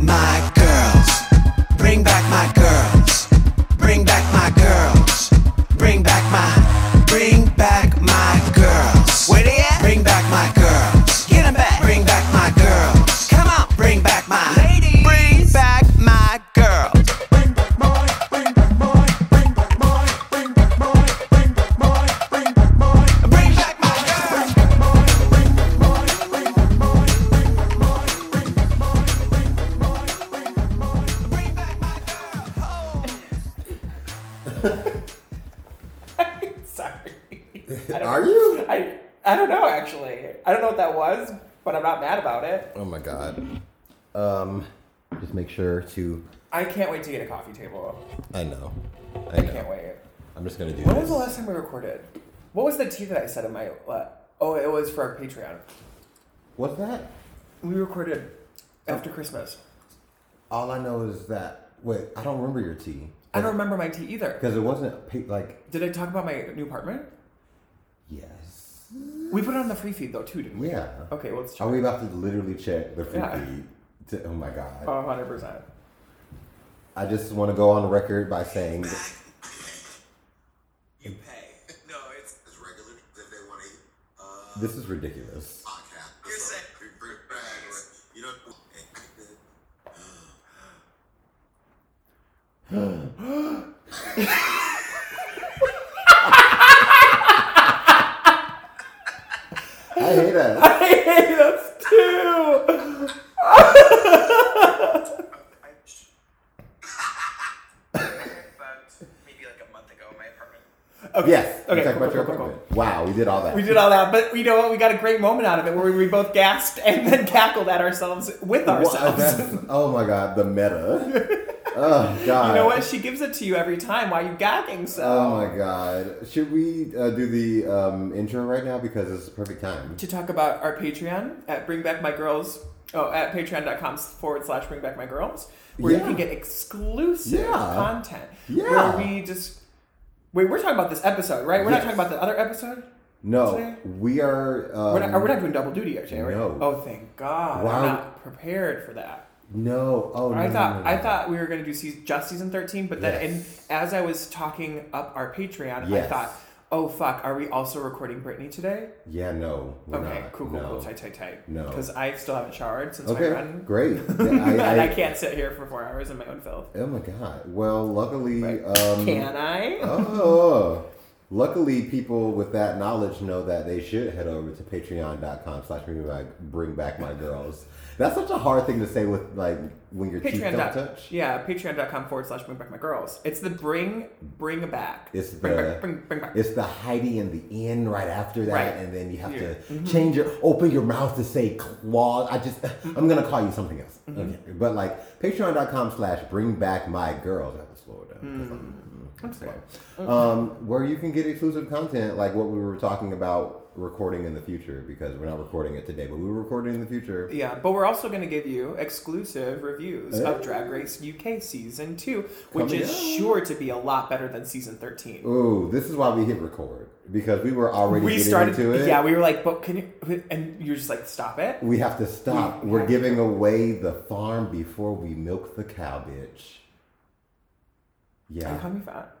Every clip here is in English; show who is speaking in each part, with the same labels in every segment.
Speaker 1: my girls. Bring back my girls. Bring back my girls. Bring back my. Bring back my girls.
Speaker 2: Where they at?
Speaker 1: Bring back my girls.
Speaker 2: Get 'em back.
Speaker 1: Bring back my girls.
Speaker 2: Come on,
Speaker 1: Bring back my.
Speaker 2: ladies.
Speaker 1: Bring back my girls. Bring back my girls.
Speaker 3: Sorry.
Speaker 4: Are you?
Speaker 3: I I don't know actually. I don't know what that was, but I'm not mad about it.
Speaker 4: Oh my god. Um, just make sure to.
Speaker 3: I can't wait to get a coffee table.
Speaker 4: I know. I,
Speaker 3: I
Speaker 4: know.
Speaker 3: can't wait.
Speaker 4: I'm just gonna do
Speaker 3: When
Speaker 4: this.
Speaker 3: was the last time we recorded? What was the tea that I said in my? Uh, oh, it was for our Patreon.
Speaker 4: What's that?
Speaker 3: We recorded after Christmas.
Speaker 4: All I know is that. Wait, I don't remember your tea
Speaker 3: I don't remember my tea either.
Speaker 4: because it wasn't pa- like.
Speaker 3: Did I talk about my new apartment?
Speaker 4: Yes.
Speaker 3: We put it on the free feed though too, didn't we?
Speaker 4: Yeah.
Speaker 3: Okay, well, let's check.
Speaker 4: Are we about to literally check the free
Speaker 3: Yeah.
Speaker 4: feed? To, oh my god.
Speaker 3: Oh, 100%.
Speaker 4: I just want to go on record by saying
Speaker 5: You pay. No, it's it's regular if they want to uh
Speaker 4: this is ridiculous.
Speaker 5: podcast.
Speaker 2: You're saying-
Speaker 5: bring it back, right? You know
Speaker 4: I hate us.
Speaker 3: I hate us too!
Speaker 2: I about maybe like a month ago in my apartment.
Speaker 3: Okay.
Speaker 4: Yes.
Speaker 3: Okay.
Speaker 4: we talked
Speaker 3: cool,
Speaker 4: about
Speaker 3: cool, cool,
Speaker 4: your
Speaker 3: cool.
Speaker 4: apartment. Wow, we did all that.
Speaker 3: We did all that, but you know what? We got a great moment out of it where we both gasped and then cackled at ourselves with
Speaker 4: Wow,
Speaker 3: ourselves.
Speaker 4: that's- oh my god, the meta. oh god.
Speaker 3: You know what? She gives it to you every time. Why are you gagging so?
Speaker 4: Oh my god. Should we uh, do the um, intro right now because this is the perfect time?
Speaker 3: to talk about our Patreon at Bring Back My Girls. Oh, at patreon.com forward slash Bring Back My Girls, where you
Speaker 4: Yeah.
Speaker 3: can get exclusive
Speaker 4: Yeah.
Speaker 3: content.
Speaker 4: Yeah.
Speaker 3: Where we just. Wait, we're talking about this episode, right? We're
Speaker 4: Yes.
Speaker 3: not talking about the other episode?
Speaker 4: No,
Speaker 3: Today?
Speaker 4: we are. Um,
Speaker 3: We're not, we're not doing double duty actually, right?
Speaker 4: No.
Speaker 3: Oh, thank God.
Speaker 4: Wow.
Speaker 3: I'm not prepared for that.
Speaker 4: No. Oh.
Speaker 3: I
Speaker 4: no,
Speaker 3: thought
Speaker 4: no, no,
Speaker 3: I
Speaker 4: no.
Speaker 3: thought we were going to do season, just season 13, but then
Speaker 4: Yes.
Speaker 3: and as I was talking up our Patreon, I
Speaker 4: Yes.
Speaker 3: thought, "Oh fuck, are we also recording Britney today?"
Speaker 4: Yeah. No. We're
Speaker 3: Okay,
Speaker 4: not.
Speaker 3: cool, cool,
Speaker 4: no.
Speaker 3: cool, tight, tight, tight.
Speaker 4: No.
Speaker 3: Because I still haven't showered since my
Speaker 4: Okay.
Speaker 3: run.
Speaker 4: Great.
Speaker 3: and I, can't sit here for four hours in my own filth.
Speaker 4: Oh my god. Well, luckily.
Speaker 3: Right.
Speaker 4: Um,
Speaker 3: Can I?
Speaker 4: oh. Luckily, people with that knowledge know that they should head over to patreon.com slash bring back- bring back my girls. That's such a hard thing to say with like when your teeth
Speaker 3: Patreon.
Speaker 4: don't
Speaker 3: Dot,
Speaker 4: touch.
Speaker 3: yeah, patreon.com forward slash bring back my girls. It's the bring, bring back.
Speaker 4: It's the
Speaker 3: bring back, bring, bring back.
Speaker 4: it's the Heidi in the end right after that,
Speaker 3: Right.
Speaker 4: and then you have
Speaker 3: Yeah. Mm-hmm.
Speaker 4: to change your open your mouth to say claw. I just
Speaker 3: Mm-hmm.
Speaker 4: I'm gonna call you something else. Okay. But like patreon.com slash bring back my girls. I have to slow it down.
Speaker 3: Mm.
Speaker 4: 'cause I'm- okay. Um, where you can get exclusive content like what we were talking about recording in the future because we're not recording it today, but we were recording in the future.
Speaker 3: Yeah, but we're also going to give you exclusive reviews of
Speaker 4: Hey.
Speaker 3: Drag Race UK season two, which
Speaker 4: Coming
Speaker 3: is
Speaker 4: up.
Speaker 3: sure to be a lot better than season thirteen.
Speaker 4: Ooh, this is why we hit record because we were already
Speaker 3: we
Speaker 4: getting
Speaker 3: started,
Speaker 4: into it.
Speaker 3: yeah, we were like, but can you? And you're just like, stop it.
Speaker 4: We have to stop.
Speaker 3: We-
Speaker 4: We're giving away the farm before we milk the cow, bitch.
Speaker 3: You call
Speaker 4: Yeah.
Speaker 3: me fat.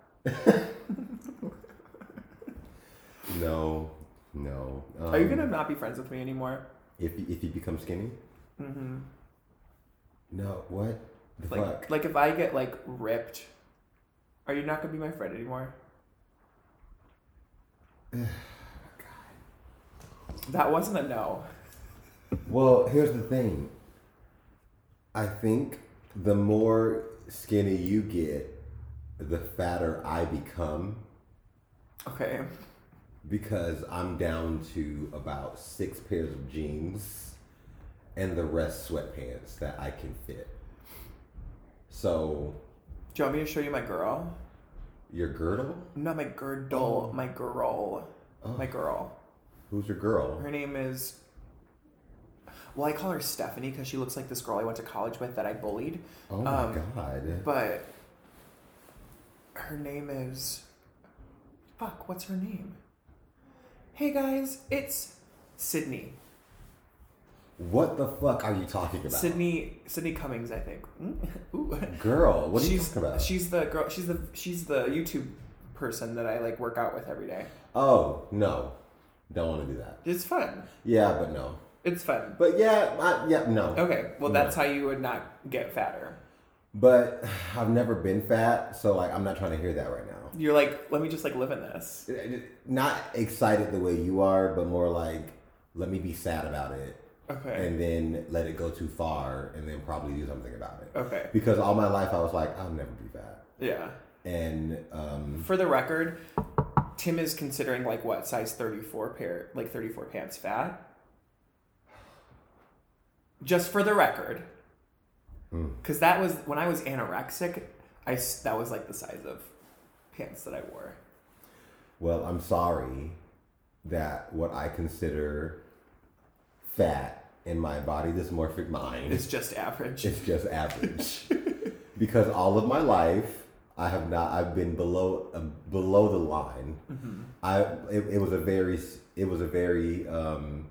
Speaker 4: No. No. Um,
Speaker 3: Are you gonna not be friends with me anymore?
Speaker 4: If you, if you become skinny. Mm-hmm. No. What? The
Speaker 3: Like,
Speaker 4: fuck.
Speaker 3: like if I get like ripped, are you not gonna be my friend anymore? That wasn't a no.
Speaker 4: Well, here's the thing. I think the more skinny you get, the fatter I become
Speaker 3: Okay.
Speaker 4: because I'm down to about six pairs of jeans and the rest sweatpants that I can fit. So
Speaker 3: Do you want me to show you my girl?
Speaker 4: your girdle?
Speaker 3: Not my
Speaker 4: Oh.
Speaker 3: girdle, my girl. My girl.
Speaker 4: Who's your girl?
Speaker 3: Her name is. Well, I call her Stephanie because she looks like this girl I went to college with that I bullied.
Speaker 4: Oh my
Speaker 3: Um,
Speaker 4: god.
Speaker 3: But her name is. Fuck, what's her name? Hey guys, it's Sydney.
Speaker 4: What the fuck are you talking about?
Speaker 3: Sydney Sydney Cummings, I think. Mm? Ooh.
Speaker 4: Girl, what are you
Speaker 3: she's
Speaker 4: talking about?
Speaker 3: she's the girl. She's the she's the YouTube person that I like work out with every day.
Speaker 4: oh, no. Don't want to do that.
Speaker 3: It's fun.
Speaker 4: Yeah, but no.
Speaker 3: It's fun.
Speaker 4: But yeah, I, yeah, no.
Speaker 3: Okay, well that's how you would not get fatter.
Speaker 4: But I've never been fat, so like I'm not trying to hear that right now.
Speaker 3: You're like, let me just like live in this.
Speaker 4: Not excited the way you are, but more like let me be sad about it
Speaker 3: Okay.
Speaker 4: and then let it go too far and then probably do something about it.
Speaker 3: Okay.
Speaker 4: Because all my life I was like I'll never be fat.
Speaker 3: yeah.
Speaker 4: And um
Speaker 3: For the record, Tim is considering like what size 34 pair, like 34 pants fat. Just for the record,
Speaker 4: Hmm.
Speaker 3: because that was when I was anorexic. I s- that was like the size of pants that I wore.
Speaker 4: well, I'm sorry that what I consider fat in my body dysmorphic mind
Speaker 3: It's just average.
Speaker 4: It's just average. because all of my life, I have not. I've been below uh, below the line. I it, it was a very s- it was a very um,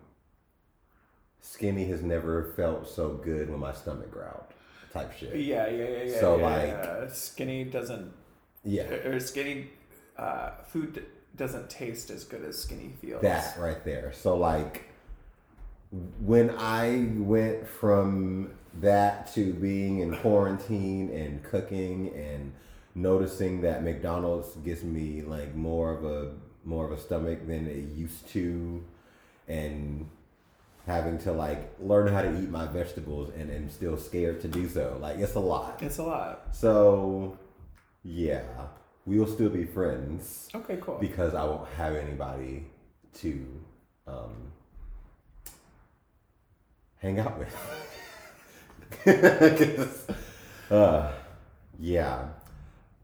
Speaker 4: skinny has never felt so good when my stomach growled type shit.
Speaker 3: yeah, yeah, yeah, yeah.
Speaker 4: So,
Speaker 3: yeah,
Speaker 4: like-
Speaker 3: yeah. skinny doesn't
Speaker 4: Yeah,
Speaker 3: or skinny uh, food doesn't taste as good as skinny feels.
Speaker 4: that right there. So like when I went from that to being in quarantine and cooking and noticing that McDonald's gives me like more of a more of a stomach than it used to and having to like learn how to eat my vegetables and am still scared to do so. Like it's a lot.
Speaker 3: it's a lot.
Speaker 4: So yeah. We'll still be friends
Speaker 3: Okay, cool.
Speaker 4: because I won't have anybody to um, hang out with. 'Cause, uh, yeah.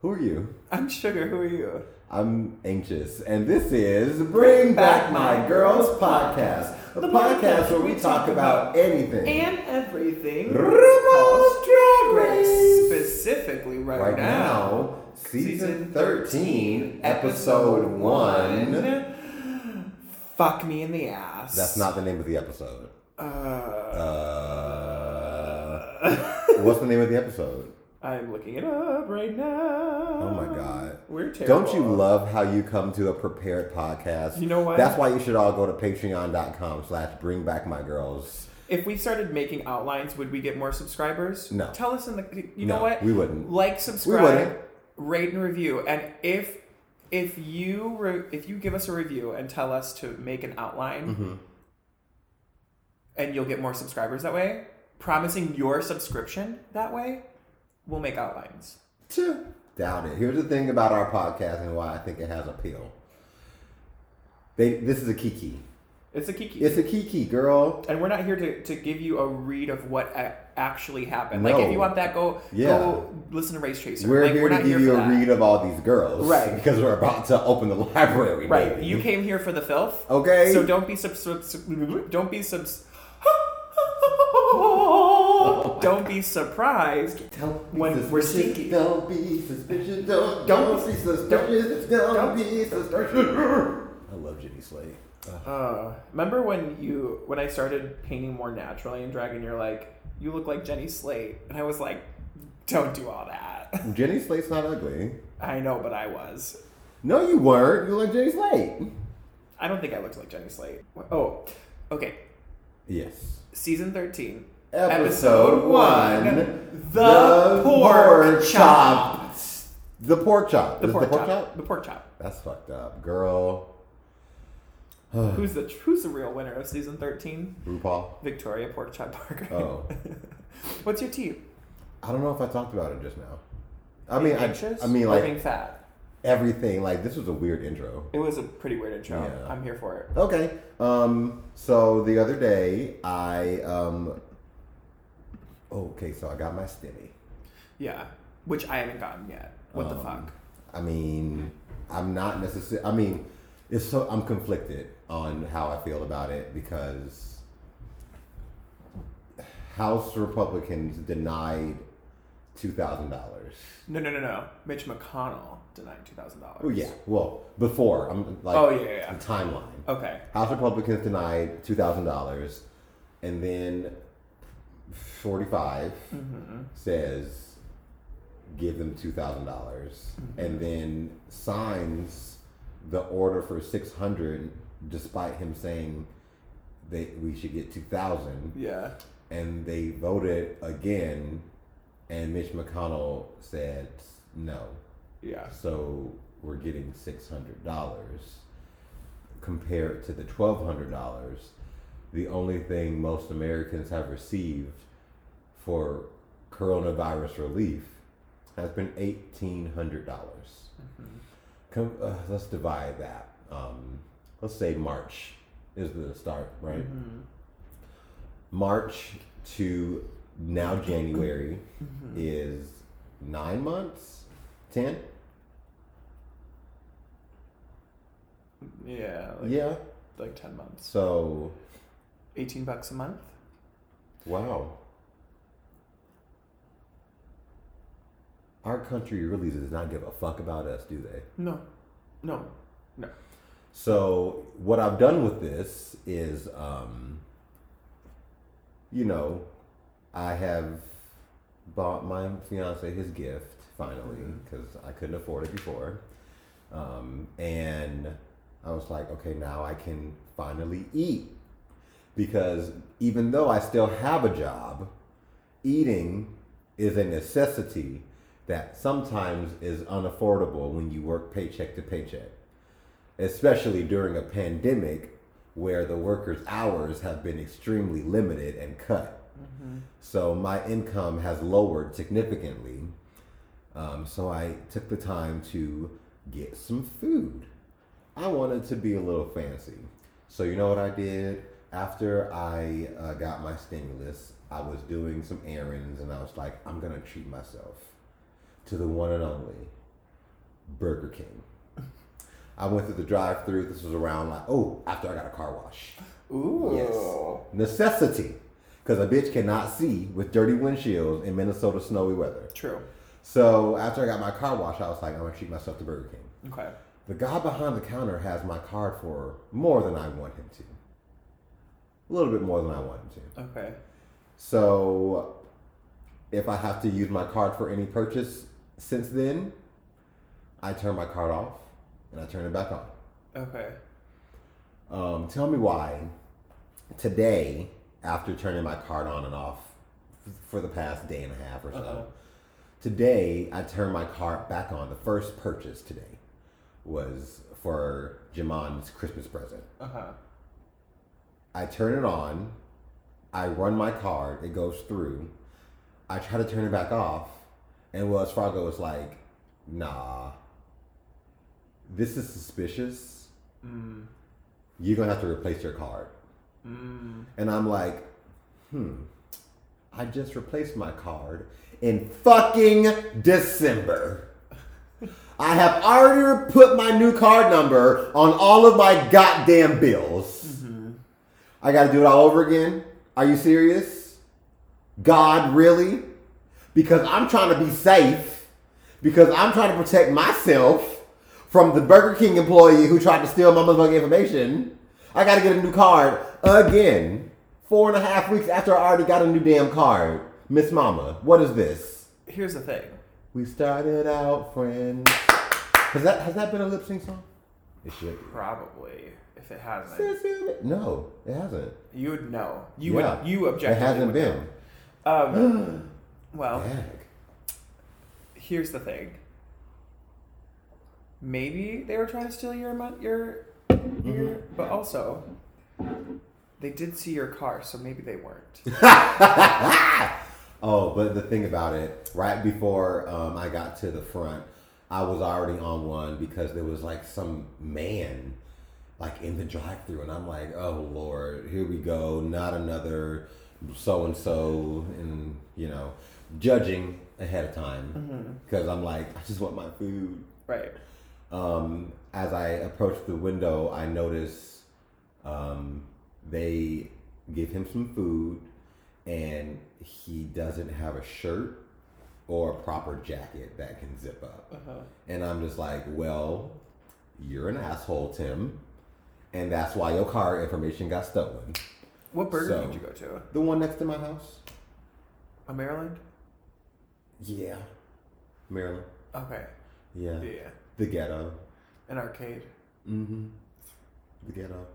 Speaker 4: Who are you?
Speaker 3: I'm sugar. Who are you?
Speaker 4: I'm anxious, and this is Bring Back My Girls podcast, the podcast where we talk about anything.
Speaker 3: and everything.
Speaker 4: RuPaul's Drag Race.
Speaker 3: Specifically, right,
Speaker 4: right
Speaker 3: now,
Speaker 4: now, season 13, episode 1.
Speaker 3: Fuck me in the ass.
Speaker 4: That's not the name of the episode.
Speaker 3: Uh,
Speaker 4: Uh, what's the name of the episode?
Speaker 3: I'm looking it up right now.
Speaker 4: Oh my god.
Speaker 3: We're terrible.
Speaker 4: Don't you love how you come to a prepared podcast?
Speaker 3: You know what?
Speaker 4: That's why you should all go to patreon.com slash bring back my girls.
Speaker 3: If we started making outlines, would we get more subscribers?
Speaker 4: No.
Speaker 3: Tell us in the. You
Speaker 4: No,
Speaker 3: know what?
Speaker 4: we wouldn't.
Speaker 3: Like, subscribe,
Speaker 4: wouldn't.
Speaker 3: rate, and review. And if if you re- if you give us a review and tell us to make an outline,
Speaker 4: Mm-hmm.
Speaker 3: and you'll get more subscribers that way, promising your subscription that way, we'll make outlines.
Speaker 4: Tch, Doubt it. Here's the thing about our podcast and why I think it has appeal. They, this is a kiki.
Speaker 3: It's a kiki.
Speaker 4: It's a kiki, girl.
Speaker 3: and we're not here to, to give you a read of what a- actually happened. Like,
Speaker 4: No.
Speaker 3: if you want that, go
Speaker 4: Yeah.
Speaker 3: go listen to Race Chaser.
Speaker 4: We're
Speaker 3: like,
Speaker 4: here
Speaker 3: we're
Speaker 4: to
Speaker 3: not here
Speaker 4: give you
Speaker 3: for
Speaker 4: a
Speaker 3: that.
Speaker 4: read of all these girls.
Speaker 3: Right.
Speaker 4: Because we're about to open the library.
Speaker 3: Right.
Speaker 4: baby.
Speaker 3: You came here for the filth.
Speaker 4: Okay.
Speaker 3: So don't be subs. subs- Don't be subs. don't be surprised.
Speaker 4: Don't be
Speaker 3: When
Speaker 4: suspicious,
Speaker 3: we're sneaky.
Speaker 4: Don't be suspicious.
Speaker 3: Don't-
Speaker 4: Don't, don't be suspicious. Don't,
Speaker 3: don't-
Speaker 4: be suspicious. I love Jenny Slate. Ugh.
Speaker 3: Uh, remember when you when I started painting more naturally in drag, and you're like, you look like Jenny Slate, and I was like, don't do all that.
Speaker 4: Jenny Slate's not ugly.
Speaker 3: I know, but I was.
Speaker 4: No, you weren't. You look like Jenny Slate.
Speaker 3: I don't think I looked like Jenny Slate. Oh, okay.
Speaker 4: Yes.
Speaker 3: Season thirteen,
Speaker 4: Episode one.
Speaker 3: The, pork, chop.
Speaker 4: The pork chop.
Speaker 3: The
Speaker 4: Is it
Speaker 3: pork, chop. The pork chop.
Speaker 4: That's fucked up, girl.
Speaker 3: Who's the who's the real winner of season thirteen?
Speaker 4: RuPaul.
Speaker 3: Victoria Porkchop Parker.
Speaker 4: Oh.
Speaker 3: What's your tea?
Speaker 4: I don't know if I talked about it just now. I mean, I,
Speaker 3: anxious.
Speaker 4: I mean,
Speaker 3: or being
Speaker 4: like
Speaker 3: fat.
Speaker 4: everything. Like this was a weird intro.
Speaker 3: It was a pretty weird intro.
Speaker 4: Yeah.
Speaker 3: I'm here for it.
Speaker 4: Okay. Um. So the other day, I um. oh, okay, so I got my stimmy.
Speaker 3: Yeah, which I haven't gotten yet. What
Speaker 4: Um,
Speaker 3: the fuck?
Speaker 4: I mean, I'm not necessarily. I mean, it's so I'm conflicted on how I feel about it because House Republicans denied two thousand dollars.
Speaker 3: No, no, no, no. Mitch McConnell denied two thousand dollars.
Speaker 4: Oh yeah. Well, before I'm like.
Speaker 3: Oh, yeah, yeah, yeah.
Speaker 4: The timeline.
Speaker 3: Okay.
Speaker 4: House Republicans denied two thousand dollars, And then 45 says, give them $2,000. dollars And then signs the order for 600 despite him saying they we should get 2000
Speaker 3: Yeah.
Speaker 4: and they voted again, and Mitch McConnell said no.
Speaker 3: Yeah.
Speaker 4: So we're getting six hundred dollars compared to the twelve hundred dollars. The only thing most Americans have received for coronavirus relief has been eighteen hundred dollars. Com- uh, let's divide that. Um, let's say March is the start, right? March to now January is nine months, ten.
Speaker 3: Yeah. Like,
Speaker 4: yeah.
Speaker 3: Like 10 months.
Speaker 4: So
Speaker 3: 18 bucks a month?
Speaker 4: wow, our country really does not give a fuck about us, do they?
Speaker 3: No. No. No.
Speaker 4: So what I've done with this is, um, you know, I have bought my fiance his gift finally because I couldn't afford it before, um, and I was like, okay, now I can finally eat because even though I still have a job, eating is a necessity that sometimes is unaffordable when you work paycheck to paycheck especially during a pandemic where the workers' hours have been extremely limited and cut. So my income has lowered significantly. Um, so I took the time to get some food. I wanted to be a little fancy. So you know what I did? After I uh, got my stimulus, I was doing some errands and I was like, I'm going to treat myself to the one and only Burger King. I went through the drive through. This was around like, oh, after I got a car wash.
Speaker 3: Ooh.
Speaker 4: Yes. Necessity. Because a bitch cannot see with dirty windshields in Minnesota snowy weather.
Speaker 3: True.
Speaker 4: So after I got my car wash, I was like, I'm going to treat myself to Burger King.
Speaker 3: Okay.
Speaker 4: The guy behind the counter has my card for more than I want him to. A little bit more than I want him to.
Speaker 3: Okay.
Speaker 4: So, if I have to use my card for any purchase since then, I turn my card off and I turn it back on.
Speaker 3: Okay.
Speaker 4: Um, tell me why today, after turning my card on and off f- for the past day and a half or so,
Speaker 3: Uh-oh.
Speaker 4: today I turned my card back on. The first purchase today was for Jamon's Christmas present.
Speaker 3: Uh huh.
Speaker 4: I turn it on. I run my card. It goes through. I try to turn it back off. And Wells Fargo is like, nah, this is suspicious. You're going to have to replace your card. And I'm like, hmm, I just replaced my card in fucking December. I have already put my new card number on all of my goddamn bills. I got to do it all over again? Are you serious? God, really? Because I'm trying to be safe. Because I'm trying to protect myself from the Burger King employee who tried to steal my motherfucking information. I got to get a new card again. Four and a half weeks after I already got a new damn card. Miss Mama, what is this?
Speaker 3: Here's the thing.
Speaker 4: We started out friends. Has that has that been a lip sync song? It should. be.
Speaker 3: Probably, if it hasn't,
Speaker 4: No, it hasn't.
Speaker 3: you would know. You
Speaker 4: Yeah.
Speaker 3: would. You
Speaker 4: It
Speaker 3: objectively
Speaker 4: hasn't
Speaker 3: would
Speaker 4: been.
Speaker 3: know. Um, well,
Speaker 4: Dag.
Speaker 3: here's the thing. Maybe they were trying to steal your money, your,
Speaker 4: Mm-hmm.
Speaker 3: your, but also they did see your car, so maybe they weren't.
Speaker 4: Oh, but the thing about it, right before um, I got to the front, I was already on one because there was like some man like in the drive through and I'm like, oh Lord, here we go, not another so and so and you know, judging ahead of time because I'm like, I just want my food.
Speaker 3: right.
Speaker 4: Um, as I approached the window, I noticed um, they give him some food, and he doesn't have a shirt or a proper jacket that can zip up. And I'm just like, well, you're an asshole, Tim, and that's why your car information got stolen.
Speaker 3: What Burger
Speaker 4: So-
Speaker 3: King did you go to?
Speaker 4: The one next to my house?
Speaker 3: A Maryland?
Speaker 4: Yeah. Maryland?
Speaker 3: Okay.
Speaker 4: Yeah.
Speaker 3: Yeah.
Speaker 4: The ghetto.
Speaker 3: An arcade.
Speaker 4: Mm-hmm. The ghetto.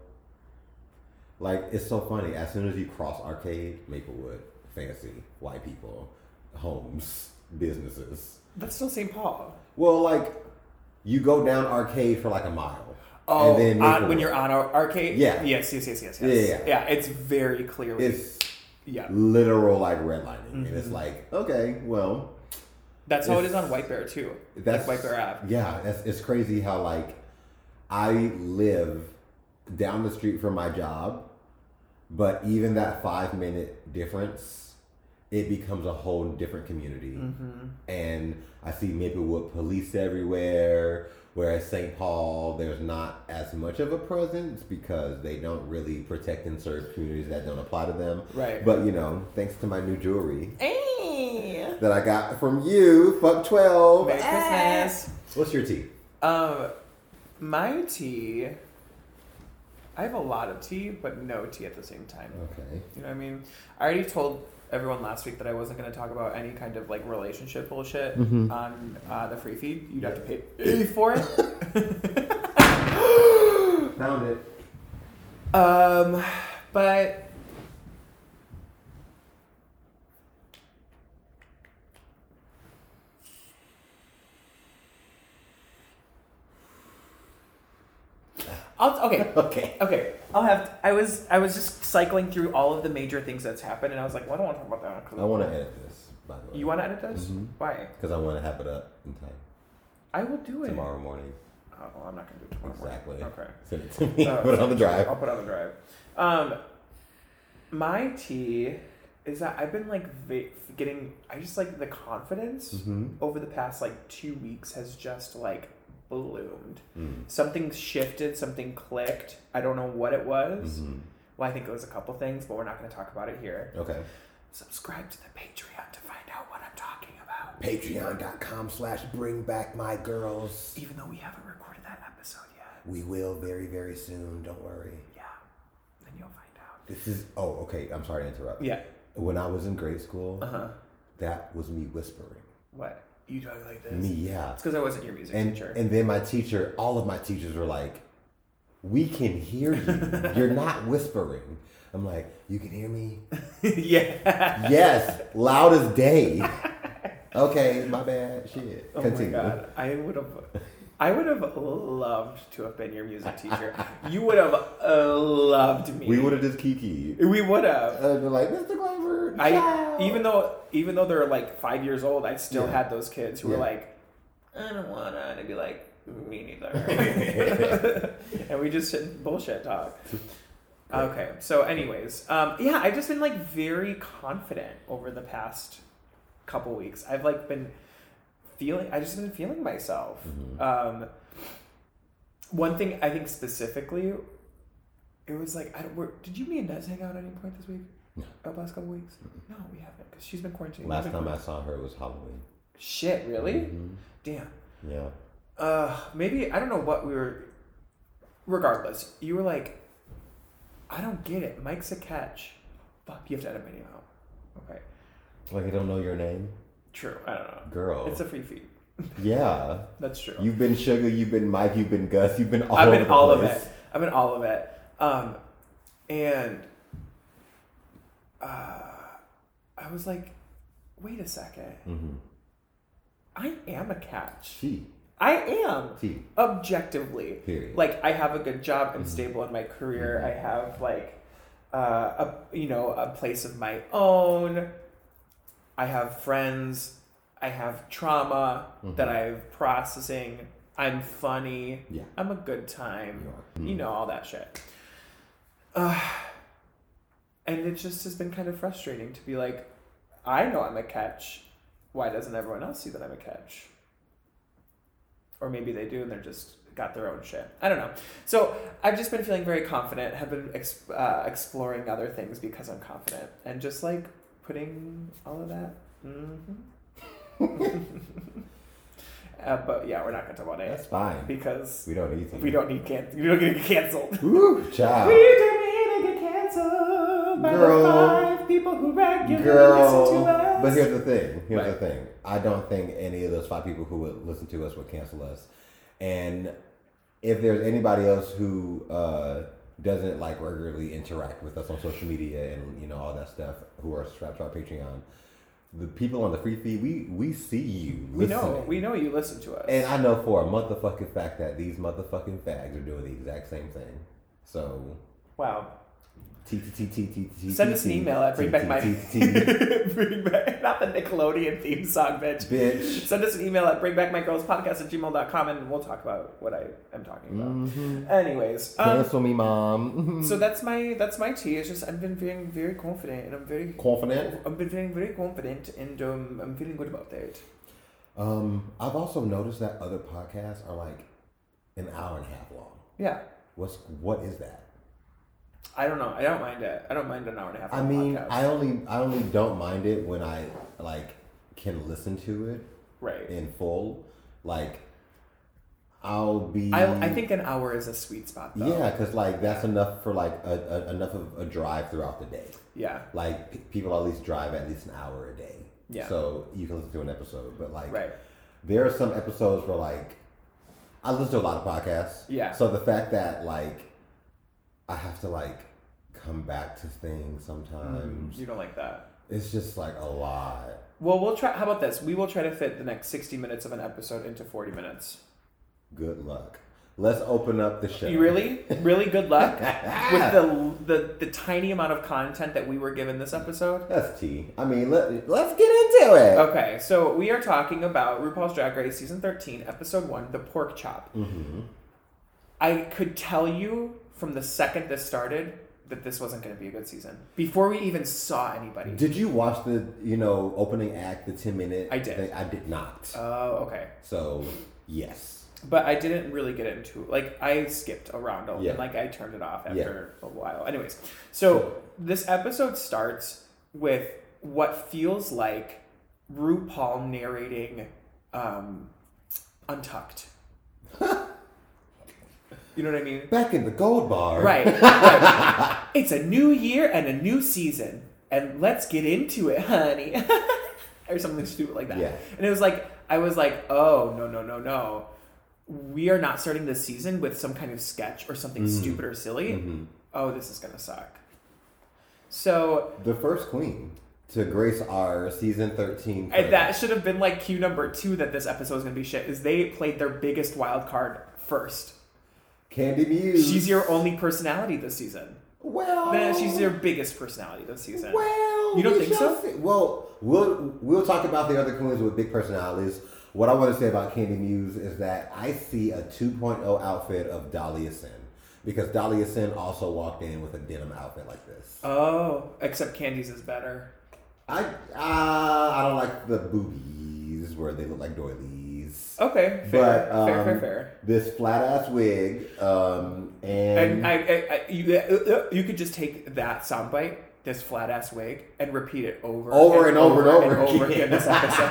Speaker 4: Like it's so funny. As soon as you cross arcade, Maplewood, fancy white people, homes, businesses.
Speaker 3: That's still St. Paul.
Speaker 4: Well, like you go down arcade for like a mile.
Speaker 3: Oh, on,
Speaker 4: Maplewood.
Speaker 3: when you're on our arcade?
Speaker 4: Yeah.
Speaker 3: Yes, yes, yes, yes, yes.
Speaker 4: Yeah, yeah.
Speaker 3: it's very clearly.
Speaker 4: it's
Speaker 3: yeah.
Speaker 4: literal like redlining, and
Speaker 3: Mm-hmm.
Speaker 4: it's like okay, well,
Speaker 3: That's how it
Speaker 4: it's-
Speaker 3: is on White Bear, too.
Speaker 4: that's
Speaker 3: That's White Bear Ave.
Speaker 4: Yeah, that's, it's crazy how like I live down the street from my job, but even that five minute difference, it becomes a whole different community.
Speaker 3: Mm-hmm.
Speaker 4: And I see Maplewood police everywhere. Whereas St. Paul, there's not as much of a presence because they don't really protect and serve communities that don't apply to them.
Speaker 3: Right.
Speaker 4: But you know, thanks to my new jewelry
Speaker 3: Hey!
Speaker 4: that I got from you, fuck twelve.
Speaker 3: Merry Christmas.
Speaker 4: What's your tea?
Speaker 3: Um, my tea. I have a lot of tea, but no tea at the same time.
Speaker 4: Okay.
Speaker 3: You know what I mean? I already told everyone last week that I wasn't going to talk about any kind of like relationship bullshit on uh, the free feed. You'd have to pay for it.
Speaker 4: Found it.
Speaker 3: Um, but I'll, okay,
Speaker 4: Okay.
Speaker 3: okay. I'll have. To, I was I was just cycling through all of the major things that's happened, and I was like, well, I don't want to talk about that.
Speaker 4: I
Speaker 3: one.
Speaker 4: want to edit this, by the way.
Speaker 3: You want to edit this?
Speaker 4: Mhm.
Speaker 3: Why?
Speaker 4: Because I want to have it up in time
Speaker 3: I will do it
Speaker 4: tomorrow morning.
Speaker 3: Oh, well, I'm not gonna do it tomorrow. morning.
Speaker 4: Exactly.
Speaker 3: Okay.
Speaker 4: Send it to me.
Speaker 3: Oh,
Speaker 4: Put it on the drive.
Speaker 3: I'll put it on the drive. Um, my tea is that I've been like va- getting. I just like the confidence
Speaker 4: Mhm.
Speaker 3: over the past like two weeks has just like bloomed.
Speaker 4: Mm.
Speaker 3: Something shifted. Something clicked. I don't know what it was.
Speaker 4: Mhm.
Speaker 3: Well, I think it was a couple things, but we're not going to talk about it here.
Speaker 4: Okay.
Speaker 3: Subscribe to the Patreon to find out what I'm talking about.
Speaker 4: Patreon.com slash bring back my girls.
Speaker 3: Even though we haven't recorded that episode yet,
Speaker 4: We will very, very soon. Don't worry.
Speaker 3: yeah, then you'll find out.
Speaker 4: This is, oh, okay. I'm sorry to interrupt.
Speaker 3: Yeah.
Speaker 4: When I was in grade school,
Speaker 3: Uh huh.
Speaker 4: that was me whispering.
Speaker 3: What? You talk like this?
Speaker 4: Me, yeah.
Speaker 3: It's because I wasn't your music
Speaker 4: and
Speaker 3: teacher.
Speaker 4: and then my teacher, all of my teachers were like, "We can hear you. You're not whispering." I'm like, "You can hear me?
Speaker 3: yeah.
Speaker 4: Yes, loud as day." Okay, my bad. Shit.
Speaker 3: Oh
Speaker 4: Continue.
Speaker 3: my god. I would have I would have loved to have been your music teacher. you would have uh, loved me.
Speaker 4: We would have just kiki.
Speaker 3: We would have.
Speaker 4: Uh, they're like, Mr. Glamour.
Speaker 3: I even though even though they're like five years old, I still
Speaker 4: Yeah.
Speaker 3: had those kids who
Speaker 4: Yeah.
Speaker 3: were like, I don't wanna and I'd be like, Me neither. and we just sit bullshit talk. Okay. So anyways, um yeah, I've just been like very confident over the past couple weeks. I've like been feeling I just been feeling myself.
Speaker 4: Mm-hmm.
Speaker 3: Um one thing I think specifically it was like I don't were, did you me and Des hang out at any point this week?
Speaker 4: No.
Speaker 3: Over the last couple weeks? No, we haven't because she's been quarantined.
Speaker 4: Last time I Mm-hmm. saw her was Halloween.
Speaker 3: Shit, really? Damn.
Speaker 4: Yeah.
Speaker 3: Uh, maybe I don't know what we were. Regardless, you were like, I don't get it. Mike's a catch. Fuck, you have to edit my name out. Okay,
Speaker 4: Like I don't know your name,
Speaker 3: true. I don't know.
Speaker 4: girl.
Speaker 3: It's a free feed.
Speaker 4: yeah.
Speaker 3: That's true.
Speaker 4: You've been Sugar. You've been Mike. You've been Gus. You've been all.
Speaker 3: I've
Speaker 4: over
Speaker 3: been
Speaker 4: the
Speaker 3: all of
Speaker 4: place.
Speaker 3: it. I've been all of it. Um, and uh, I was like, wait a 2nd I am a catch.
Speaker 4: She.
Speaker 3: I am
Speaker 4: She.
Speaker 3: objectively.
Speaker 4: Period. Mm-hmm.
Speaker 3: Like I have a good job. I'm stable in my career. I have like uh, a you know a place of my own. I have friends. I have trauma
Speaker 4: Mm-hmm.
Speaker 3: that I'm processing. I'm funny.
Speaker 4: Yeah.
Speaker 3: I'm a good time.
Speaker 4: You are. Mm-hmm.
Speaker 3: You know all that shit. Uh, and it just has been kind of frustrating to be like, I know I'm a catch. Why doesn't everyone else see that I'm a catch? Or maybe they do and they're just got their own shit. I don't know. So I've just been feeling very confident, have been ex- uh, exploring other things because I'm confident, and just like putting all of that. hmm uh, but yeah, we're not going to talk about
Speaker 4: That's
Speaker 3: it
Speaker 4: fine.
Speaker 3: because
Speaker 4: we don't need to.
Speaker 3: we don't need can- we don't get canceled.
Speaker 4: Woo, child.
Speaker 3: We don't need to get canceled. by
Speaker 4: Girl.
Speaker 3: the five people who regularly listen
Speaker 4: Girl,
Speaker 3: to us.
Speaker 4: but here's the thing. Here's
Speaker 3: Right.
Speaker 4: the thing. I don't think any of those five people who would listen to us would cancel us. And if there's anybody else who uh, doesn't like regularly interact with us on social media and you know all that stuff, who are subscribed to our Patreon, the people on the free feed, we we see you.
Speaker 3: we
Speaker 4: listening.
Speaker 3: know, we know you listen to us.
Speaker 4: And I know for a motherfucking fact that these motherfucking fags are doing the exact same thing. So
Speaker 3: wow.
Speaker 4: T T T T T T.
Speaker 3: Send us an email at
Speaker 4: T-
Speaker 3: bring back
Speaker 4: T-
Speaker 3: my
Speaker 4: T- T- T-
Speaker 3: bring back not the Nickelodeon theme song, bitch.
Speaker 4: bitch.
Speaker 3: Send us an email at bringbackmygirlspodcast at gmail.com and we'll talk about what I am talking about.
Speaker 4: Mm-hmm.
Speaker 3: Anyways, um,
Speaker 4: Cancel me, mom.
Speaker 3: so that's my that's my tea. It's just I've been feeling very confident and I'm very
Speaker 4: Confident.
Speaker 3: I've been feeling very confident and um, I'm feeling good about that.
Speaker 4: Um, I've also noticed that other podcasts are like an hour and a half long.
Speaker 3: Yeah.
Speaker 4: What's what is that?
Speaker 3: I don't know. I don't mind it. I don't mind an hour and a half.
Speaker 4: I
Speaker 3: of a
Speaker 4: mean,
Speaker 3: podcast.
Speaker 4: I only I only don't mind it when I like can listen to it
Speaker 3: right.
Speaker 4: in full. Like I'll be.
Speaker 3: I, I think an hour is a sweet spot though.
Speaker 4: Yeah, because like that's enough for like a, a, enough of a drive throughout the day.
Speaker 3: Yeah.
Speaker 4: Like p- people at least drive at least an hour a day.
Speaker 3: Yeah.
Speaker 4: So you can listen to an episode, but like
Speaker 3: Right.
Speaker 4: there are some episodes where like I listen to a lot of podcasts.
Speaker 3: Yeah.
Speaker 4: So the fact that like I have to like come back to things sometimes,
Speaker 3: You don't like that.
Speaker 4: it's just like a lot.
Speaker 3: Well, we'll try. How about this? We will try to fit the next 60 minutes of an episode into 40 minutes.
Speaker 4: Good luck. Let's open up the show.
Speaker 3: You really, really good luck with the, the the tiny amount of content that we were given this episode.
Speaker 4: That's tea. I mean, let let's get into it.
Speaker 3: Okay, so we are talking about RuPaul's Drag Race season 13, episode 1, The Pork Chop. I could tell you from the second this started that this wasn't going to be a good season before we even saw anybody.
Speaker 4: Did you watch the you know opening act, the ten minute?
Speaker 3: I did.
Speaker 4: I did not.
Speaker 3: Oh, okay.
Speaker 4: so yes,
Speaker 3: But I didn't really get into like I skipped around a
Speaker 4: Yeah.
Speaker 3: and like I turned it off
Speaker 4: Yeah.
Speaker 3: after a while. Anyways, so this episode starts with what feels like RuPaul narrating um, Untucked. you know what I mean?
Speaker 4: back in the gold bar.
Speaker 3: Right. right. it's a new year and a new season, and let's get into it, honey, or something stupid like that.
Speaker 4: Yeah.
Speaker 3: And it was like I was like, oh no no no no, we are not starting this season with some kind of sketch or something stupid or silly. Oh, this is gonna suck. So
Speaker 4: The first queen to grace our season thirteen.
Speaker 3: and that should have been like cue number two that this episode is gonna be shit. Is they played their biggest wild card first.
Speaker 4: Candy Muse.
Speaker 3: She's your only personality this season.
Speaker 4: well.
Speaker 3: Nah, she's your biggest personality this season.
Speaker 4: well.
Speaker 3: You don't
Speaker 4: we
Speaker 3: think
Speaker 4: shall
Speaker 3: so?
Speaker 4: see. Well, we'll we'll talk about the other queens with big personalities. What I want to say about Candy Muse is that I see a 2.0 outfit of Dahlia Sin because Dahlia Sin also walked in with a denim outfit like this.
Speaker 3: Oh, except Candy's is better.
Speaker 4: I uh, I don't like the boobies where they look like doilies.
Speaker 3: Okay, fair,
Speaker 4: But um,
Speaker 3: fair, fair, fair.
Speaker 4: this flat ass wig, um, and
Speaker 3: And I, I, I you, uh, you could just take that soundbite, this flat ass wig, and repeat it over,
Speaker 4: over and over and over,
Speaker 3: and over again this episode.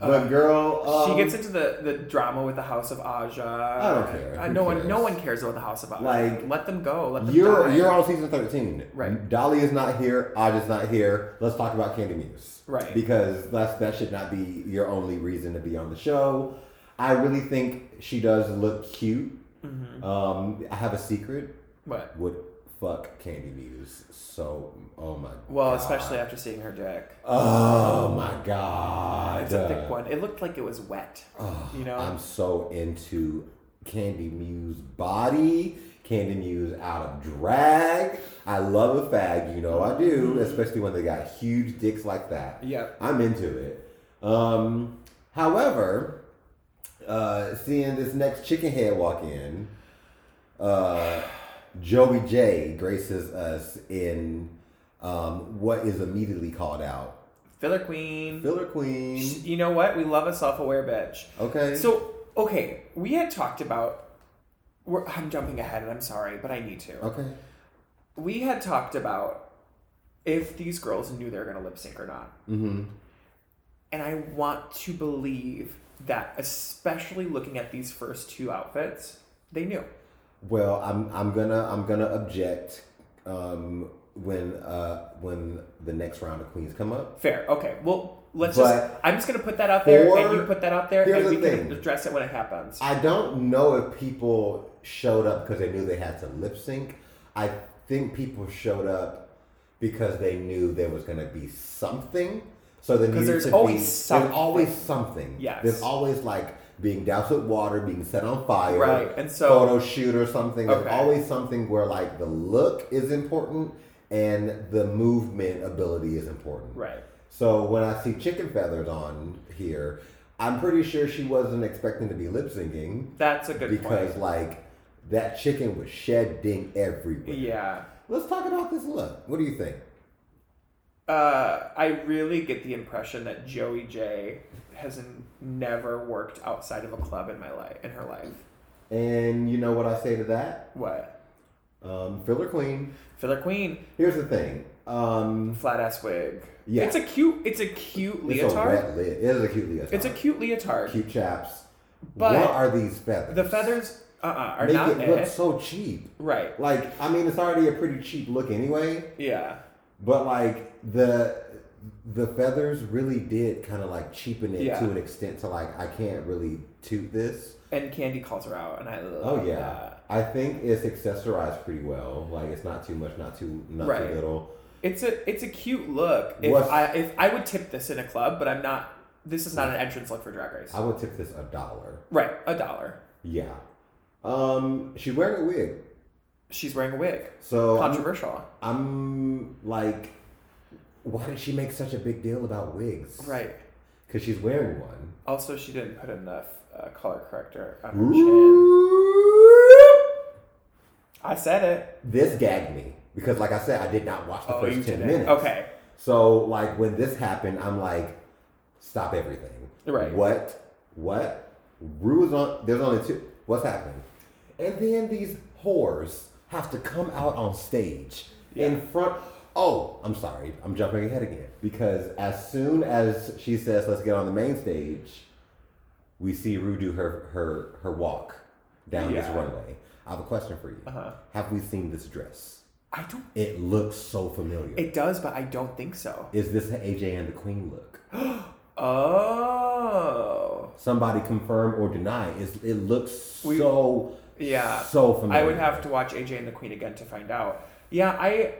Speaker 4: but girl, um,
Speaker 3: Uh, she gets into the, the drama with the House of Aja. I
Speaker 4: don't care.
Speaker 3: Uh,
Speaker 4: Who
Speaker 3: no one,
Speaker 4: cares?
Speaker 3: no one cares about the House of Aja.
Speaker 4: Like,
Speaker 3: let them go. Let them
Speaker 4: You're
Speaker 3: die.
Speaker 4: you're on season thirteen.
Speaker 3: Right.
Speaker 4: Dolly is not here. Aja's not here. Let's talk about Candy Muse.
Speaker 3: Right.
Speaker 4: Because that's that should not be your only reason to be on the show. I really think she does look cute.
Speaker 3: Mm-hmm.
Speaker 4: Um, I have a secret.
Speaker 3: What?
Speaker 4: would fuck Candy Muse so oh my
Speaker 3: Well,
Speaker 4: god.
Speaker 3: especially after seeing her dick.
Speaker 4: oh my god Uh, oh,
Speaker 3: It's a thick one. It looked like it was wet. you know.
Speaker 4: I'm so into Candy Muse body Candy Muse out of drag I love a fag you know I
Speaker 3: Mm-hmm.
Speaker 4: do especially when they got huge dicks like that
Speaker 3: Yep.
Speaker 4: I'm into it um however uh seeing this next chicken head walk in uh, Joey J graces us in um, what is immediately called out
Speaker 3: Filler queen.
Speaker 4: filler queen.
Speaker 3: You know what? We love a self-aware bitch.
Speaker 4: Okay,
Speaker 3: So, okay, we had talked about. We're, I'm jumping ahead, and I'm sorry, but I need to.
Speaker 4: okay,
Speaker 3: We had talked about if these girls knew they were going to lip sync or not. Mm-hmm. And I want to believe that, especially looking at these first two outfits, they knew.
Speaker 4: well I'm I'm gonna I'm gonna object. Um, when uh when the next round of queens come up.
Speaker 3: Fair. Okay. Well, let's just.
Speaker 4: But-
Speaker 3: I'm just gonna put that out there, and
Speaker 4: Or-
Speaker 3: you put that out there,
Speaker 4: here's
Speaker 3: and we
Speaker 4: the
Speaker 3: can
Speaker 4: thing.
Speaker 3: address it when it happens.
Speaker 4: I don't know if people showed up because they knew they had to lip sync. I think people showed up because they knew there was going to be something. So there
Speaker 3: 'Cause
Speaker 4: needed
Speaker 3: there's
Speaker 4: to
Speaker 3: always
Speaker 4: be,
Speaker 3: something.
Speaker 4: There's always something.
Speaker 3: Yes.
Speaker 4: There's always like being doused with water, being set on fire,
Speaker 3: Right, and so-
Speaker 4: photo shoot or something. There's
Speaker 3: Okay.
Speaker 4: always something where like the look is important and the movement ability is important.
Speaker 3: Right.
Speaker 4: So when I see chicken feathers on here, I'm pretty sure she wasn't expecting to be lip syncing
Speaker 3: That's a good
Speaker 4: because
Speaker 3: point.
Speaker 4: like that chicken was shedding everywhere.
Speaker 3: Yeah.
Speaker 4: Let's talk about this look. What do you think?
Speaker 3: Uh, I really get the impression that Joey J has n- never worked outside of a club in my life in her life.
Speaker 4: And you know what I say to that?
Speaker 3: What?
Speaker 4: Um, filler queen.
Speaker 3: Filler Queen,
Speaker 4: Here's the thing. Um,
Speaker 3: flat ass wig.
Speaker 4: Yeah.
Speaker 3: It's a cute. It's a cute
Speaker 4: It's a
Speaker 3: leotard.
Speaker 4: wet lid. It is a cute leotard.
Speaker 3: It's a cute leotard.
Speaker 4: cute chaps.
Speaker 3: But
Speaker 4: what are these feathers?
Speaker 3: The feathers uh, uh are
Speaker 4: make
Speaker 3: not
Speaker 4: it
Speaker 3: it.
Speaker 4: look so cheap.
Speaker 3: right.
Speaker 4: Like I mean, it's already a pretty cheap look anyway.
Speaker 3: Yeah.
Speaker 4: But like the the feathers really did kind of like cheapen it
Speaker 3: Yeah.
Speaker 4: to an extent to like I can't really toot this.
Speaker 3: And Candy calls her out, and I love
Speaker 4: Oh yeah,
Speaker 3: that.
Speaker 4: I think it's accessorized pretty well. Like it's not too much, not too not
Speaker 3: Right.
Speaker 4: too little.
Speaker 3: It's a it's a cute look. If
Speaker 4: What's-
Speaker 3: I if I would tip this in a club, but I'm not. This is not an entrance look for Drag Race.
Speaker 4: I would tip this a dollar.
Speaker 3: right, a dollar.
Speaker 4: Yeah. Um, she's wearing a wig,
Speaker 3: She's wearing a wig.
Speaker 4: so Oh, I'm-
Speaker 3: Controversial.
Speaker 4: I'm like, why did she make such a big deal about wigs?
Speaker 3: Right.
Speaker 4: Because she's wearing one.
Speaker 3: Also, she didn't put enough uh, color corrector on her chin. I said it.
Speaker 4: This gagged me because, like I said, I did not watch the
Speaker 3: Oh, you
Speaker 4: first
Speaker 3: did it.
Speaker 4: ten minutes.
Speaker 3: Okay.
Speaker 4: So like when this happened, I'm like, stop everything.
Speaker 3: Right.
Speaker 4: What? What? Rules on. There's only two. What's happening? And then these whores have to come out on stage in front. Oh, I'm sorry. I'm jumping ahead again because as soon as she says, "Let's get on the main stage," we see Rue do her her her walk down this
Speaker 3: Yeah.
Speaker 4: runway. I have a question for you.
Speaker 3: Uh-huh.
Speaker 4: Have we seen this dress?
Speaker 3: I don't.
Speaker 4: It looks so familiar.
Speaker 3: It does, but I don't think so.
Speaker 4: Is this an AJ and the Queen look?
Speaker 3: Oh.
Speaker 4: Somebody confirm or deny. It's, it looks
Speaker 3: We-
Speaker 4: so
Speaker 3: Yeah.
Speaker 4: so familiar.
Speaker 3: I would have to watch AJ and the Queen again to find out. Yeah, I,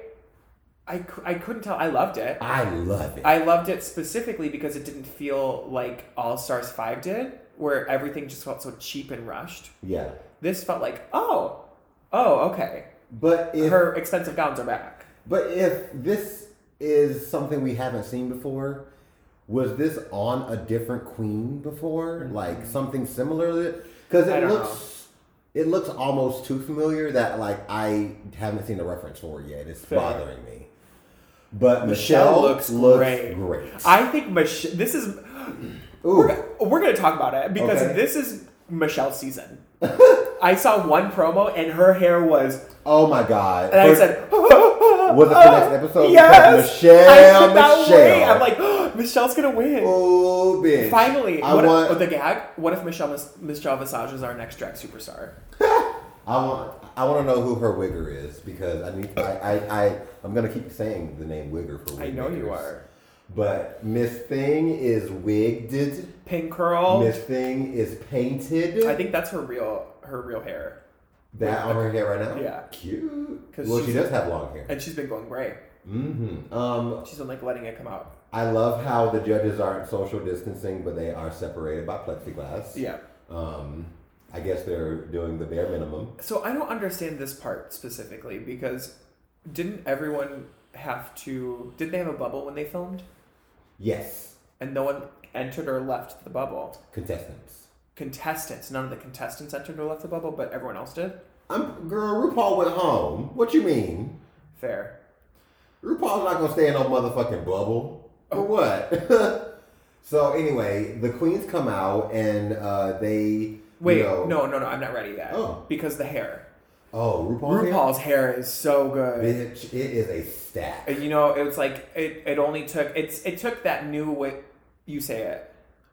Speaker 3: I, cou- I couldn't tell. I loved it.
Speaker 4: I love it.
Speaker 3: I loved it specifically because it didn't feel like All Stars Five did, where everything just felt so cheap and rushed.
Speaker 4: yeah,
Speaker 3: This felt like, oh, oh, okay.
Speaker 4: but if
Speaker 3: Her expensive gowns are back.
Speaker 4: but if this is something we haven't seen before, was this on a different Queen before, like something similar? Because
Speaker 3: Mm-hmm. I
Speaker 4: it
Speaker 3: don't
Speaker 4: looks. It looks almost too familiar that like I haven't seen the reference for it yet. It's
Speaker 3: Fair.
Speaker 4: bothering me. But
Speaker 3: Michelle
Speaker 4: Michelle,
Speaker 3: looks
Speaker 4: looks,
Speaker 3: great.
Speaker 4: great.
Speaker 3: I think Michelle. This is
Speaker 4: Ooh.
Speaker 3: we're gonna talk about it because
Speaker 4: Okay.
Speaker 3: this is Michelle's season. I saw one promo and her hair was,
Speaker 4: Oh my god.
Speaker 3: and I
Speaker 4: First-
Speaker 3: said,
Speaker 4: Was it for next episode?
Speaker 3: Yes,
Speaker 4: Because Michelle,
Speaker 3: I could not
Speaker 4: Michelle.
Speaker 3: wait. I'm like, Michelle's gonna win.
Speaker 4: oh bitch.
Speaker 3: Finally,
Speaker 4: I
Speaker 3: what if-
Speaker 4: want,
Speaker 3: oh, the gag. What if Michelle Vis- Michelle Visage is our next drag superstar?
Speaker 4: I want, I want to know who her wigger is because I need, I, I, I I'm gonna keep saying the name wigger for. Wig
Speaker 3: I know you
Speaker 4: makers.
Speaker 3: are.
Speaker 4: But Miss Thing is wigged.
Speaker 3: Pink curl.
Speaker 4: Miss Thing is painted.
Speaker 3: Oh. I think that's her real her real hair,
Speaker 4: that on her hair right now.
Speaker 3: Yeah.
Speaker 4: cute.
Speaker 3: 'Cause
Speaker 4: Well, she
Speaker 3: she's-
Speaker 4: does have long hair.
Speaker 3: and she's been going gray.
Speaker 4: Mm-hmm. Um,
Speaker 3: She's been like letting it come out.
Speaker 4: I love how the judges aren't social distancing, but they are separated by plexiglass.
Speaker 3: Yeah.
Speaker 4: Um, I guess they're doing the bare minimum.
Speaker 3: So I don't understand this part specifically because didn't everyone have to? Did they have a bubble when they filmed?
Speaker 4: Yes,
Speaker 3: And no one entered or left the bubble.
Speaker 4: contestants.
Speaker 3: Contestants. None of the contestants entered or left the bubble, but everyone else did.
Speaker 4: I'm girl. RuPaul went home. What you mean?
Speaker 3: Fair.
Speaker 4: RuPaul's not gonna stay in no motherfucking bubble or what? so anyway, the queens come out and uh, they
Speaker 3: Wait,
Speaker 4: you know-
Speaker 3: no, no, no, I'm not ready yet.
Speaker 4: Oh.
Speaker 3: Because the hair.
Speaker 4: Oh, RuPaul's hair?
Speaker 3: RuPaul's hair is so good.
Speaker 4: bitch, it is a stack.
Speaker 3: You know, it was like it, it only took it's it took that new way you say it.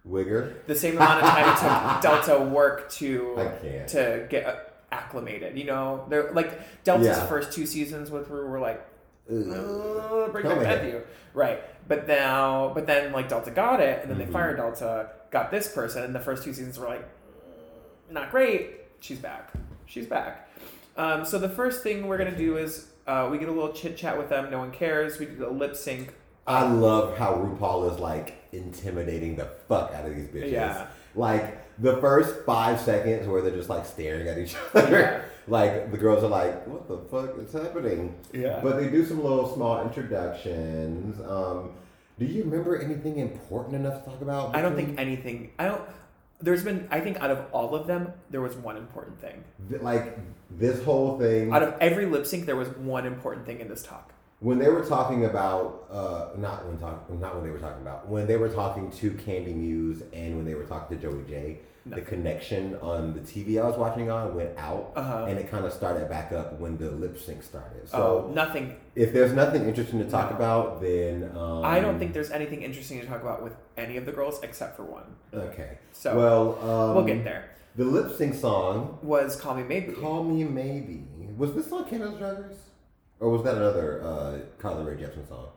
Speaker 4: Wigger.
Speaker 3: The same amount of time it took Delta work to
Speaker 4: I can't.
Speaker 3: to get acclimated, you know? They're like Delta's
Speaker 4: Yeah.
Speaker 3: first two seasons with Ru were like uh, bring
Speaker 4: Tell
Speaker 3: back
Speaker 4: me
Speaker 3: Matthew.
Speaker 4: that.
Speaker 3: Right. But now, but then like Delta got it, and then
Speaker 4: Mm-hmm.
Speaker 3: they fired Delta, got this person, and the first two seasons were like, not great. She's back. She's back. Um, so the first thing we're gonna do is uh, we get a little chit chat with them. No one cares. We do a lip sync.
Speaker 4: I love how RuPaul is like intimidating the fuck out of these bitches.
Speaker 3: Yeah.
Speaker 4: Like the first five seconds where they're just like staring at each other.
Speaker 3: Yeah.
Speaker 4: Like the girls are like, what the fuck is happening?
Speaker 3: Yeah.
Speaker 4: But they do some little small introductions. Um, do you remember anything important enough to talk about?
Speaker 3: I don't
Speaker 4: between-
Speaker 3: think anything. I don't. There's been. I think out of all of them, there was one important thing.
Speaker 4: th- like this whole thing
Speaker 3: Out of every lip sync, there was one important thing in this talk.
Speaker 4: when they were talking about uh, not when talk, not when they were talking about when they were talking to Candy Muse and when they were talking to Joey J, the connection on the TV I was watching on went out
Speaker 3: Uh-huh.
Speaker 4: and it kind of started back up when the lip sync started.
Speaker 3: So
Speaker 4: So
Speaker 3: Oh, nothing.
Speaker 4: if there's nothing interesting to talk
Speaker 3: No.
Speaker 4: about, then um,
Speaker 3: I don't think there's anything interesting to talk about with any of the girls except for one.
Speaker 4: okay.
Speaker 3: So,
Speaker 4: well, um,
Speaker 3: we'll get there.
Speaker 4: The lip sync song
Speaker 3: Was Call Me Maybe?
Speaker 4: "Call Me Maybe" was this on Canada's Drag Race, or was that another uh, Carly Rae Jepsen song?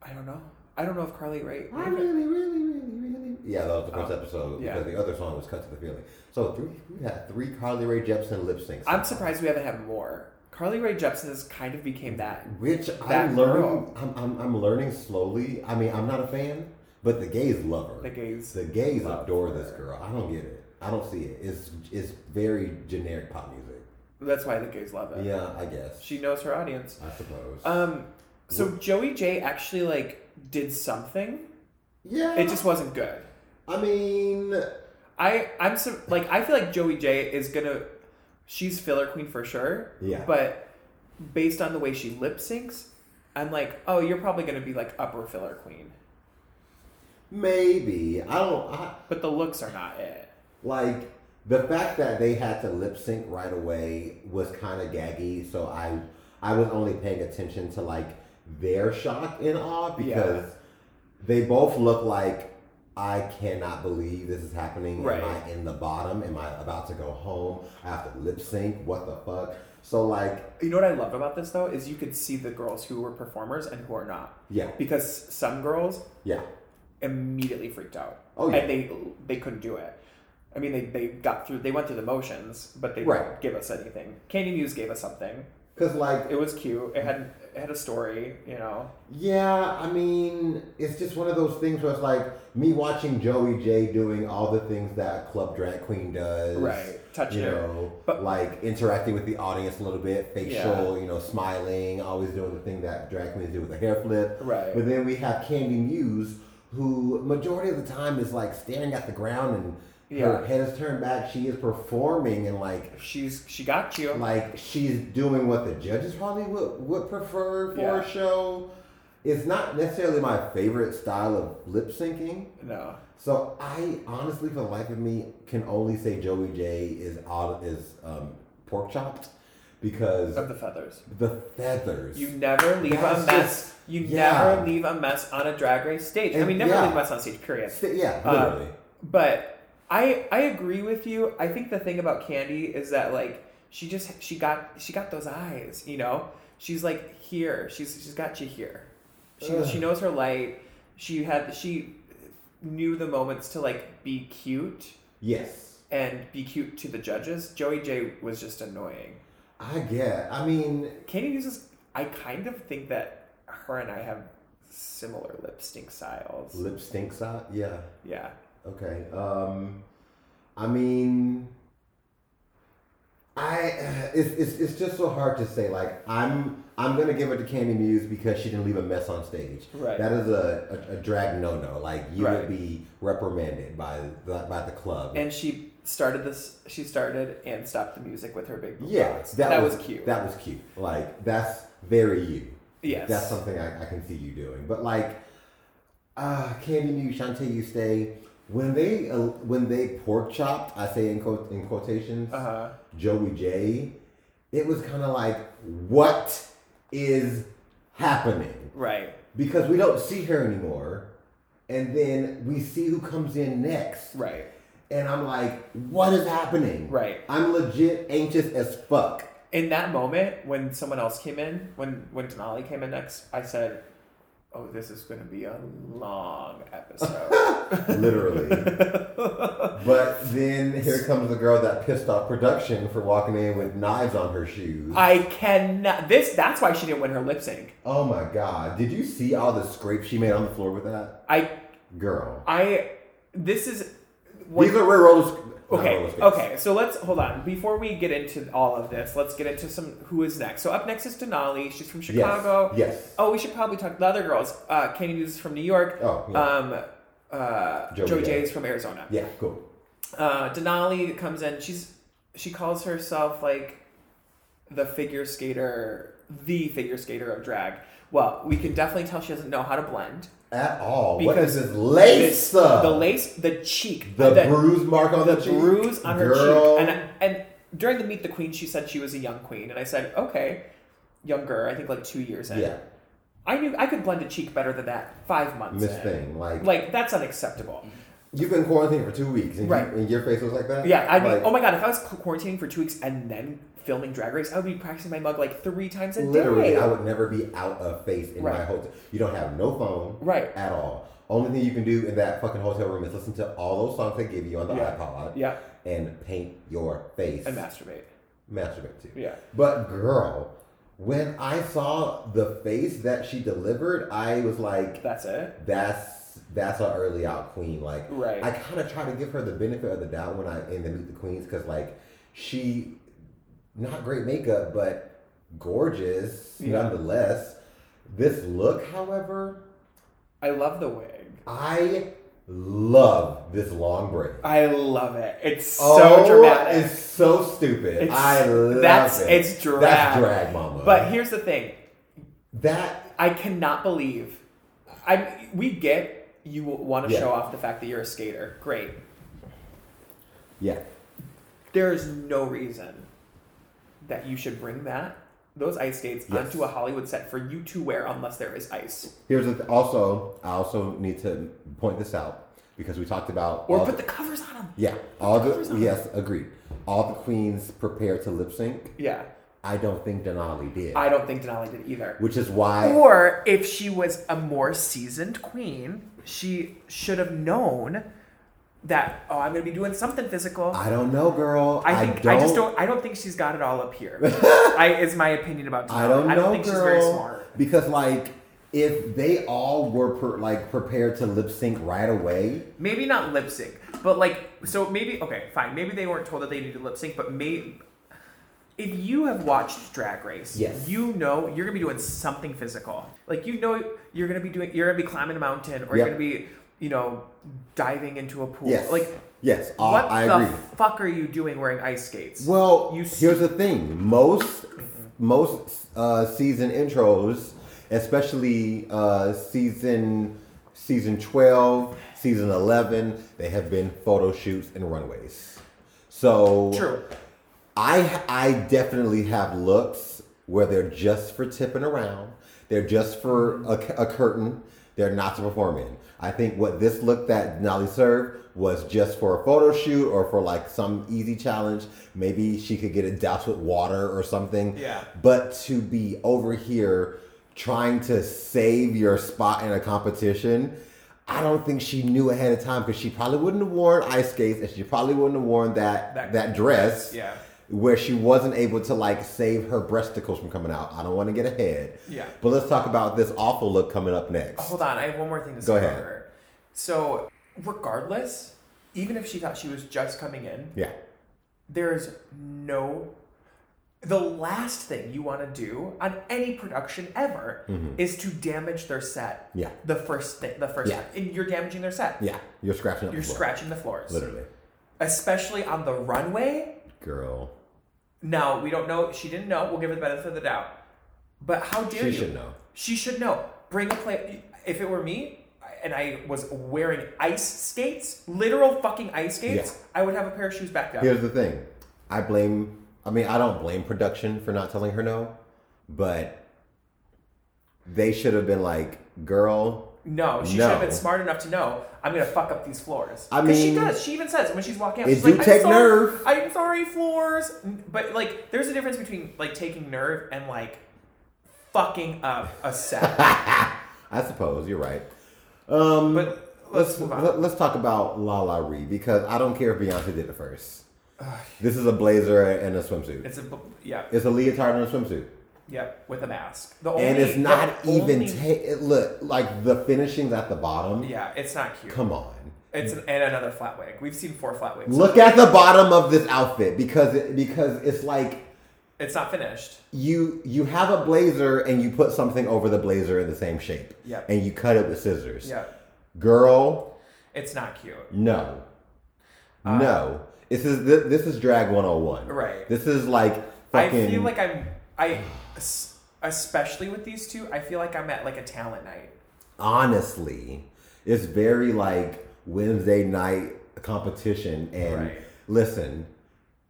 Speaker 3: I don't know. I don't know if Carly Rae.
Speaker 4: I really, really, really, really. Yeah, that was the first
Speaker 3: Oh,
Speaker 4: episode
Speaker 3: yeah.
Speaker 4: because the other song was "Cut to the Feeling." So three, we had three Carly Rae Jepsen lip syncs,
Speaker 3: I'm surprised we haven't had more. Carly Rae Jepsen has kind of became that.
Speaker 4: which
Speaker 3: that
Speaker 4: I'm
Speaker 3: girl.
Speaker 4: learning. I'm, I'm, I'm learning slowly. I mean, I'm not a fan, but the gays love her.
Speaker 3: The gays
Speaker 4: the gays
Speaker 3: love
Speaker 4: adore
Speaker 3: her.
Speaker 4: this girl. I don't get it. I don't see it. It's it's very generic pop music.
Speaker 3: That's why the gays love it.
Speaker 4: Yeah, I guess.
Speaker 3: She knows her audience.
Speaker 4: I suppose.
Speaker 3: Um. So Joey J actually like did something.
Speaker 4: yeah.
Speaker 3: It just wasn't good.
Speaker 4: I mean,
Speaker 3: I I'm so, like I feel like Joey J is gonna. She's filler queen for sure.
Speaker 4: Yeah.
Speaker 3: But based on the way she lip syncs, I'm like, oh, you're probably gonna be like upper filler queen.
Speaker 4: maybe. I don't. I,
Speaker 3: But the looks are not it.
Speaker 4: Like the fact that they had to lip sync right away was kind of gaggy, so I I was only paying attention to like their shock and awe because they both look like I cannot believe this is happening.
Speaker 3: Right.
Speaker 4: Am I in the bottom? Am I about to go home? I have to lip sync. What the fuck? So like,
Speaker 3: You know what I love about this though is you could see the girls who were performers and who are not.
Speaker 4: yeah,
Speaker 3: Because some girls
Speaker 4: yeah,
Speaker 3: immediately freaked out.
Speaker 4: Oh, yeah.
Speaker 3: And they they couldn't do it. I mean, they, they got through. They went through the motions, but they
Speaker 4: Right.
Speaker 3: didn't give us anything. Candy Muse gave us something.
Speaker 4: because like
Speaker 3: It was cute. It had it had a story. You know.
Speaker 4: Yeah, I mean, it's just one of those things where it's like me watching Joey J doing all the things that a club drag queen does.
Speaker 3: Right, touching
Speaker 4: You
Speaker 3: her.
Speaker 4: know,
Speaker 3: But-
Speaker 4: like interacting with the audience a little bit, facial, you know, smiling, always doing the thing that drag queens do with a hair flip.
Speaker 3: Right.
Speaker 4: But then we have Candy Muse, who majority of the time is like staring at the ground and
Speaker 3: Yeah.
Speaker 4: her head is turned back. She is performing and like
Speaker 3: She's she got you.
Speaker 4: like she's doing what the judges probably would, would prefer for
Speaker 3: Yeah.
Speaker 4: a show. It's not necessarily my favorite style of lip syncing.
Speaker 3: no.
Speaker 4: So I honestly, for the life of me, can only say Joey J is out is um, pork chopped because
Speaker 3: Of the feathers.
Speaker 4: the feathers.
Speaker 3: You never leave a
Speaker 4: That's
Speaker 3: mess.
Speaker 4: just-
Speaker 3: you
Speaker 4: yeah.
Speaker 3: never leave a mess on a drag race stage. I
Speaker 4: And-
Speaker 3: mean, never
Speaker 4: yeah.
Speaker 3: leave a mess on stage. Period.
Speaker 4: Sti- yeah,
Speaker 3: Uh,
Speaker 4: literally.
Speaker 3: But I I agree with you. I think the thing about Candy is that like she just she got she got those eyes. You know, she's like here. She's she's got you here. She
Speaker 4: Ugh.
Speaker 3: she knows her light. She had she knew the moments to like be cute
Speaker 4: yes,
Speaker 3: and be cute to the judges. Joey J was just annoying.
Speaker 4: I get. I mean,
Speaker 3: Katie uses. I kind of think that her and I have similar lipstick styles.
Speaker 4: lip stinks out. Yeah.
Speaker 3: yeah.
Speaker 4: Okay. Um, I mean, I it's, it's it's just so hard to say. Like I'm I'm gonna give it to Candy Muse because she didn't leave a mess on stage.
Speaker 3: Right.
Speaker 4: That is a a, a drag no no. Like you
Speaker 3: Right.
Speaker 4: would be reprimanded by the by the club.
Speaker 3: And she started this. She started and stopped the music with her big. blue
Speaker 4: yeah,
Speaker 3: dots.
Speaker 4: that,
Speaker 3: was, cute.
Speaker 4: That was cute. Like that's very you.
Speaker 3: Yes.
Speaker 4: That's something I, I can see you doing. But like, uh, Candy Muse, Shantae, you stay. When they uh, when they pork chopped, I say in quote in quotations.
Speaker 3: uh,
Speaker 4: Joey J, it was kind of like, what is happening?
Speaker 3: right.
Speaker 4: Because we don't see her anymore. And then we see who comes in next.
Speaker 3: Right.
Speaker 4: And I'm like, what is happening?
Speaker 3: Right.
Speaker 4: I'm legit anxious as fuck.
Speaker 3: in that moment when someone else came in, when when Denali came in next, I said, "Oh, this is going to be a long episode."
Speaker 4: literally. But then here comes the girl that pissed off production for walking in with knives on her shoes.
Speaker 3: I cannot. This that's why she didn't win her lip sync.
Speaker 4: oh my god! Did you see all the scrapes she made on the floor with that
Speaker 3: I
Speaker 4: girl?
Speaker 3: I this is
Speaker 4: These are rare roller. sc- not roller
Speaker 3: Okay.
Speaker 4: skates.
Speaker 3: Okay. So let's hold on. Before we get into all of this, let's get into some who is next. So up next is Denali. She's from Chicago.
Speaker 4: Yes.
Speaker 3: Oh, we should probably talk to the other girls. Uh, Katie News is from New York.
Speaker 4: Oh, yeah.
Speaker 3: Um, uh,
Speaker 4: Joey
Speaker 3: Joe
Speaker 4: J.
Speaker 3: J is from Arizona.
Speaker 4: Yeah. Cool.
Speaker 3: Uh, Denali comes in. She's she calls herself like the figure skater, the figure skater of drag. Well, we can definitely tell she doesn't know how to blend.
Speaker 4: At all. What is
Speaker 3: Because
Speaker 4: this lace?
Speaker 3: This-
Speaker 4: up?
Speaker 3: the lace, the cheek,
Speaker 4: The, bruise mark on the,
Speaker 3: the
Speaker 4: cheek.
Speaker 3: bruise on her
Speaker 4: Girl.
Speaker 3: cheek. And and during the meet the queen, she said she was a young queen, and I said, okay, younger. I think like two years in.
Speaker 4: yeah,
Speaker 3: I knew I could blend a cheek better than that. Five months.
Speaker 4: Miss
Speaker 3: in.
Speaker 4: Thing. Like,
Speaker 3: Like that's unacceptable.
Speaker 4: you've been quarantined for two weeks, and, you-
Speaker 3: Right.
Speaker 4: and your face was like that.
Speaker 3: Yeah, I'd
Speaker 4: like,
Speaker 3: be. Oh my god, if I was quarantining for two weeks and then filming Drag Race, I would be practicing my mug like three times a
Speaker 4: Literally,
Speaker 3: day.
Speaker 4: I would never be out of face in my
Speaker 3: Right.
Speaker 4: hotel. You don't have no phone,
Speaker 3: Right.
Speaker 4: At all. Only thing you can do in that fucking hotel room is listen to all those songs they give you on the
Speaker 3: Yeah.
Speaker 4: iPod,
Speaker 3: Yeah.
Speaker 4: and paint your face
Speaker 3: and masturbate.
Speaker 4: masturbate to.
Speaker 3: Yeah.
Speaker 4: But girl, when I saw the face that she delivered, I was like,
Speaker 3: That's it.
Speaker 4: that's that's an early out queen. Like,
Speaker 3: Right.
Speaker 4: I kind of try to give her the benefit of the doubt when I in the Meet the Queens because like she, not great makeup, but gorgeous
Speaker 3: Yeah.
Speaker 4: nonetheless. This look, however,
Speaker 3: I love the wig.
Speaker 4: I love this long braid.
Speaker 3: I love it. It's so
Speaker 4: Oh,
Speaker 3: dramatic.
Speaker 4: It's so stupid.
Speaker 3: It's-
Speaker 4: I love
Speaker 3: that's-
Speaker 4: it.
Speaker 3: it's drag.
Speaker 4: That's drag, mama.
Speaker 3: But here's the thing:
Speaker 4: that
Speaker 3: I cannot believe. I we get you want to
Speaker 4: Yeah.
Speaker 3: show off the fact that you're a skater. Great.
Speaker 4: yeah.
Speaker 3: There is no reason that you should bring that those ice skates
Speaker 4: Yes.
Speaker 3: onto a Hollywood set for you to wear unless there is ice.
Speaker 4: Here's the th- also I also need to point this out because we talked about
Speaker 3: Or
Speaker 4: all
Speaker 3: put the covers on them.
Speaker 4: Uh, yeah all
Speaker 3: covers
Speaker 4: the
Speaker 3: on.
Speaker 4: yes agreed all the queens prepared to lip sync.
Speaker 3: Yeah.
Speaker 4: I don't think Denali did,
Speaker 3: I don't think Denali did either.
Speaker 4: which is why
Speaker 3: Or if she was a more seasoned queen, she should have known that oh, I'm going to be doing something physical. I,
Speaker 4: I don't know, girl.
Speaker 3: think
Speaker 4: don't,
Speaker 3: I just don't I don't think she's got it all up here. I is my opinion about Denali.
Speaker 4: I don't know,
Speaker 3: think
Speaker 4: girl.
Speaker 3: she's very smart.
Speaker 4: Because like if they all were per, like prepared to lip sync right away,
Speaker 3: Maybe not lip sync, but like so maybe okay, fine. Maybe they weren't told that they needed lip sync, but maybe if you have watched Drag Race,
Speaker 4: Yes.
Speaker 3: you know you're gonna be doing something physical. Like you know you're gonna be doing you're gonna be climbing a mountain or
Speaker 4: Yep.
Speaker 3: you're gonna be, you know, diving into a pool.
Speaker 4: yes,
Speaker 3: Like
Speaker 4: yes, all,
Speaker 3: what
Speaker 4: I
Speaker 3: the
Speaker 4: agree.
Speaker 3: fuck are you doing wearing ice skates?
Speaker 4: Well,
Speaker 3: You
Speaker 4: here's the thing: most most uh, season intros, especially uh, season season twelve, season eleven, they have been photo shoots and runways. So
Speaker 3: True.
Speaker 4: I I definitely have looks where they're just for tipping around. They're just for a, a curtain. They're not to perform in. I think what this look that Nolly served was just for a photo shoot or for like some easy challenge. Maybe she could get it doused with water or something.
Speaker 3: Yeah.
Speaker 4: But to be over here trying to save your spot in a competition, I don't think she knew ahead of time because she probably wouldn't have worn ice skates and she probably wouldn't have worn that that,
Speaker 3: That-
Speaker 4: dress.
Speaker 3: Yeah.
Speaker 4: Where she wasn't able to like save her breasticles from coming out. I don't want to get ahead.
Speaker 3: Yeah. Oh.
Speaker 4: But let's talk about this awful look coming up next.
Speaker 3: Hold on, I have one more thing to say
Speaker 4: Go
Speaker 3: about
Speaker 4: ahead.
Speaker 3: her. So regardless, even if she thought she was just coming in,
Speaker 4: Yeah.
Speaker 3: there's no the last thing you want to do on any production ever is to damage their set
Speaker 4: Mm-hmm. Yeah.
Speaker 3: the first thing the first
Speaker 4: Yeah.
Speaker 3: time and you're damaging their set
Speaker 4: Yeah. You're scratching up
Speaker 3: you're
Speaker 4: the floor.
Speaker 3: scratching the floors
Speaker 4: Literally.
Speaker 3: especially on the runway
Speaker 4: Girl.
Speaker 3: now we don't know she didn't know we'll give her the benefit of the doubt but how dare
Speaker 4: She
Speaker 3: you
Speaker 4: should know.
Speaker 3: she should know bring a play if it were me and I was wearing ice skates, literal fucking ice skates. I would have a pair of shoes back up.
Speaker 4: Here's the thing. I blame I mean, I don't blame production for not telling her no, but they should have been like, girl,
Speaker 3: No, she
Speaker 4: No.
Speaker 3: should have been smart enough to know I'm gonna fuck up these floors.
Speaker 4: I
Speaker 3: 'Cause she
Speaker 4: mean,
Speaker 3: does. She even says when she's walking out,
Speaker 4: it
Speaker 3: she's
Speaker 4: do
Speaker 3: like,
Speaker 4: take
Speaker 3: I'm sorry,
Speaker 4: nerve."
Speaker 3: I'm sorry, floors. But like, there's a difference between like taking nerve and like fucking up a set.
Speaker 4: I suppose you're right. Um,
Speaker 3: but
Speaker 4: let's
Speaker 3: let's move on.
Speaker 4: let, let's talk about La La Ree because I don't care if Beyonce did it first. This is a blazer and a swimsuit.
Speaker 3: It's
Speaker 4: It's,
Speaker 3: a bu- yeah,
Speaker 4: a leotard and a swimsuit,
Speaker 3: yeah, with a mask. The
Speaker 4: and
Speaker 3: only-
Speaker 4: it's not
Speaker 3: the
Speaker 4: even
Speaker 3: only-
Speaker 4: ta- look like the finishings at the bottom.
Speaker 3: yeah, it's not cute.
Speaker 4: Come on.
Speaker 3: It's an, and another flat wig. We've seen four flat wigs.
Speaker 4: Look at the bottom of this outfit because it, because it's like
Speaker 3: It's not finished.
Speaker 4: you you have a blazer and you put something over the blazer in the same shape.
Speaker 3: Yep.
Speaker 4: And you cut it with scissors.
Speaker 3: Yeah,
Speaker 4: Girl,
Speaker 3: it's not cute.
Speaker 4: no. no. This is this, this is drag 101.
Speaker 3: Uh, Right.
Speaker 4: This is like
Speaker 3: I
Speaker 4: fucking
Speaker 3: feel like I'm I es- especially with these two, I feel like I'm at like a talent night.
Speaker 4: honestly, it's very like Wednesday night competition. And
Speaker 3: Right.
Speaker 4: listen,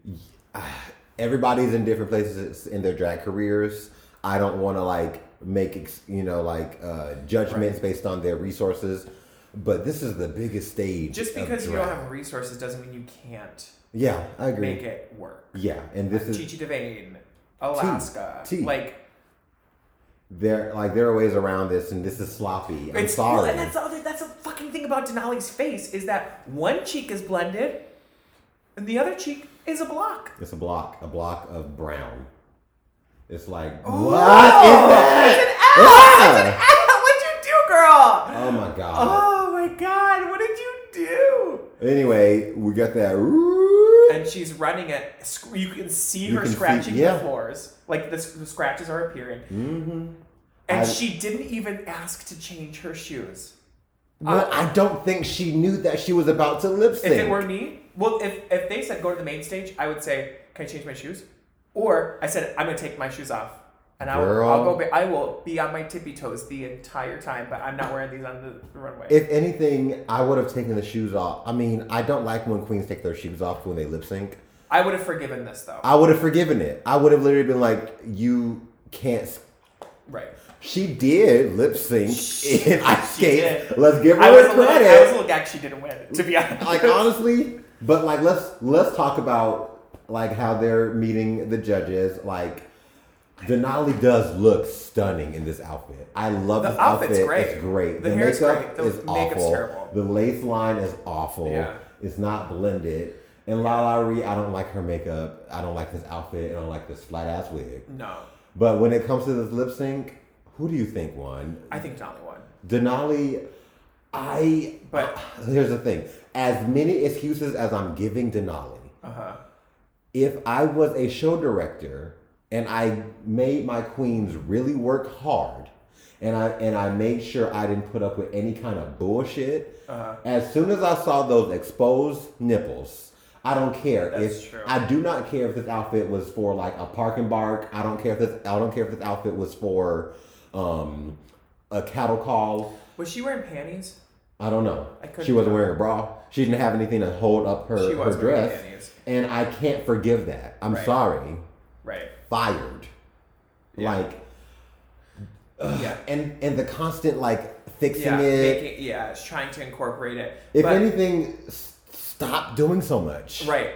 Speaker 4: y- ah, everybody's in different places in their drag careers. I don't want to like make ex- you know like uh, judgments based on their resources, but this is the biggest stage.
Speaker 3: Just
Speaker 4: of
Speaker 3: because you don't
Speaker 4: drag.
Speaker 3: have resources doesn't mean you can't
Speaker 4: yeah, I agree.
Speaker 3: make it work.
Speaker 4: Yeah, and this is
Speaker 3: Chichi Devane, Alaska,
Speaker 4: T.
Speaker 3: like
Speaker 4: there like there are ways around this, and this is sloppy. I'm
Speaker 3: it's well,
Speaker 4: sorry.
Speaker 3: and that's the other that's the fucking thing about Denali's face is that one cheek is blended, and the other cheek is a block.
Speaker 4: It's a block, a block of brown. It's like
Speaker 3: Oh!
Speaker 4: what is that? Ah!
Speaker 3: What'd you do, girl?
Speaker 4: Oh my god.
Speaker 3: Oh my god, what did you do?
Speaker 4: Anyway, we got that. ooh.
Speaker 3: and she's running it. sc- You can see
Speaker 4: You
Speaker 3: her
Speaker 4: can see-
Speaker 3: scratching
Speaker 4: yeah.
Speaker 3: the floors, like the, s- the scratches are appearing. Mm-hmm. And
Speaker 4: I-
Speaker 3: she didn't even ask to change her shoes.
Speaker 4: Well, I don't think she knew that she was about to lip sync.
Speaker 3: Uh, If it were me, well, if if they said go to the main stage, I would say, "Can I change my shoes?" Or I said, "I'm gonna take my shoes off." And I'll,
Speaker 4: Girl.
Speaker 3: I'll go. Be, I will be on my tippy toes the entire time, but I'm not wearing these on the, the runway.
Speaker 4: If anything, I would have taken the shoes off. I mean, I don't like when queens take their shoes off when they lip sync.
Speaker 3: I would have forgiven this though,
Speaker 4: I would have forgiven it. I would have literally been like, "You can't." s-
Speaker 3: right?
Speaker 4: She did lip sync in ice
Speaker 3: She
Speaker 4: skates.
Speaker 3: did.
Speaker 4: Let's give her
Speaker 3: I was, a
Speaker 4: credit.
Speaker 3: little, I was a little gagged she didn't win, to be honest.
Speaker 4: like honestly, but like let's let's talk about like how they're meeting the judges. Like Denali does look stunning in this outfit. I love
Speaker 3: The
Speaker 4: this
Speaker 3: outfit's
Speaker 4: outfit.
Speaker 3: great.
Speaker 4: It's great.
Speaker 3: The
Speaker 4: The,
Speaker 3: hair's
Speaker 4: makeup
Speaker 3: great. The
Speaker 4: is
Speaker 3: makeup's
Speaker 4: awful.
Speaker 3: terrible.
Speaker 4: The lace line is awful.
Speaker 3: Yeah.
Speaker 4: It's not blended. And La La Ree, I don't like her makeup. I don't like this outfit. I don't like this flat ass wig.
Speaker 3: no,
Speaker 4: But when it comes to this lip sync, who do you think won?
Speaker 3: I think Donnie won.
Speaker 4: Denali, I.
Speaker 3: But-
Speaker 4: here's the thing: as many excuses as I'm giving Denali,
Speaker 3: Uh
Speaker 4: Uh-huh.
Speaker 3: huh.
Speaker 4: if I was a show director and I made my queens really work hard, and I and I made sure I didn't put up with any kind of bullshit,
Speaker 3: Uh-huh.
Speaker 4: as soon as I saw those exposed nipples. I don't care
Speaker 3: That's
Speaker 4: if
Speaker 3: true.
Speaker 4: I do not care if this outfit was for like a park and bark. I don't care if this I don't care if this outfit was for um, a cattle call.
Speaker 3: Was she wearing panties?
Speaker 4: I don't know.
Speaker 3: I couldn't
Speaker 4: she wasn't
Speaker 3: tell.
Speaker 4: wearing a bra. She didn't have anything to hold up her,
Speaker 3: She
Speaker 4: her
Speaker 3: was wearing
Speaker 4: dress.
Speaker 3: panties.
Speaker 4: And I can't forgive that. I'm
Speaker 3: Right.
Speaker 4: sorry.
Speaker 3: Right.
Speaker 4: Fired. Like
Speaker 3: yeah.
Speaker 4: and and the constant like fixing
Speaker 3: Yeah.
Speaker 4: it.
Speaker 3: Making, yeah. It's trying to incorporate it.
Speaker 4: if
Speaker 3: but,
Speaker 4: anything, s- stop doing so much.
Speaker 3: Right.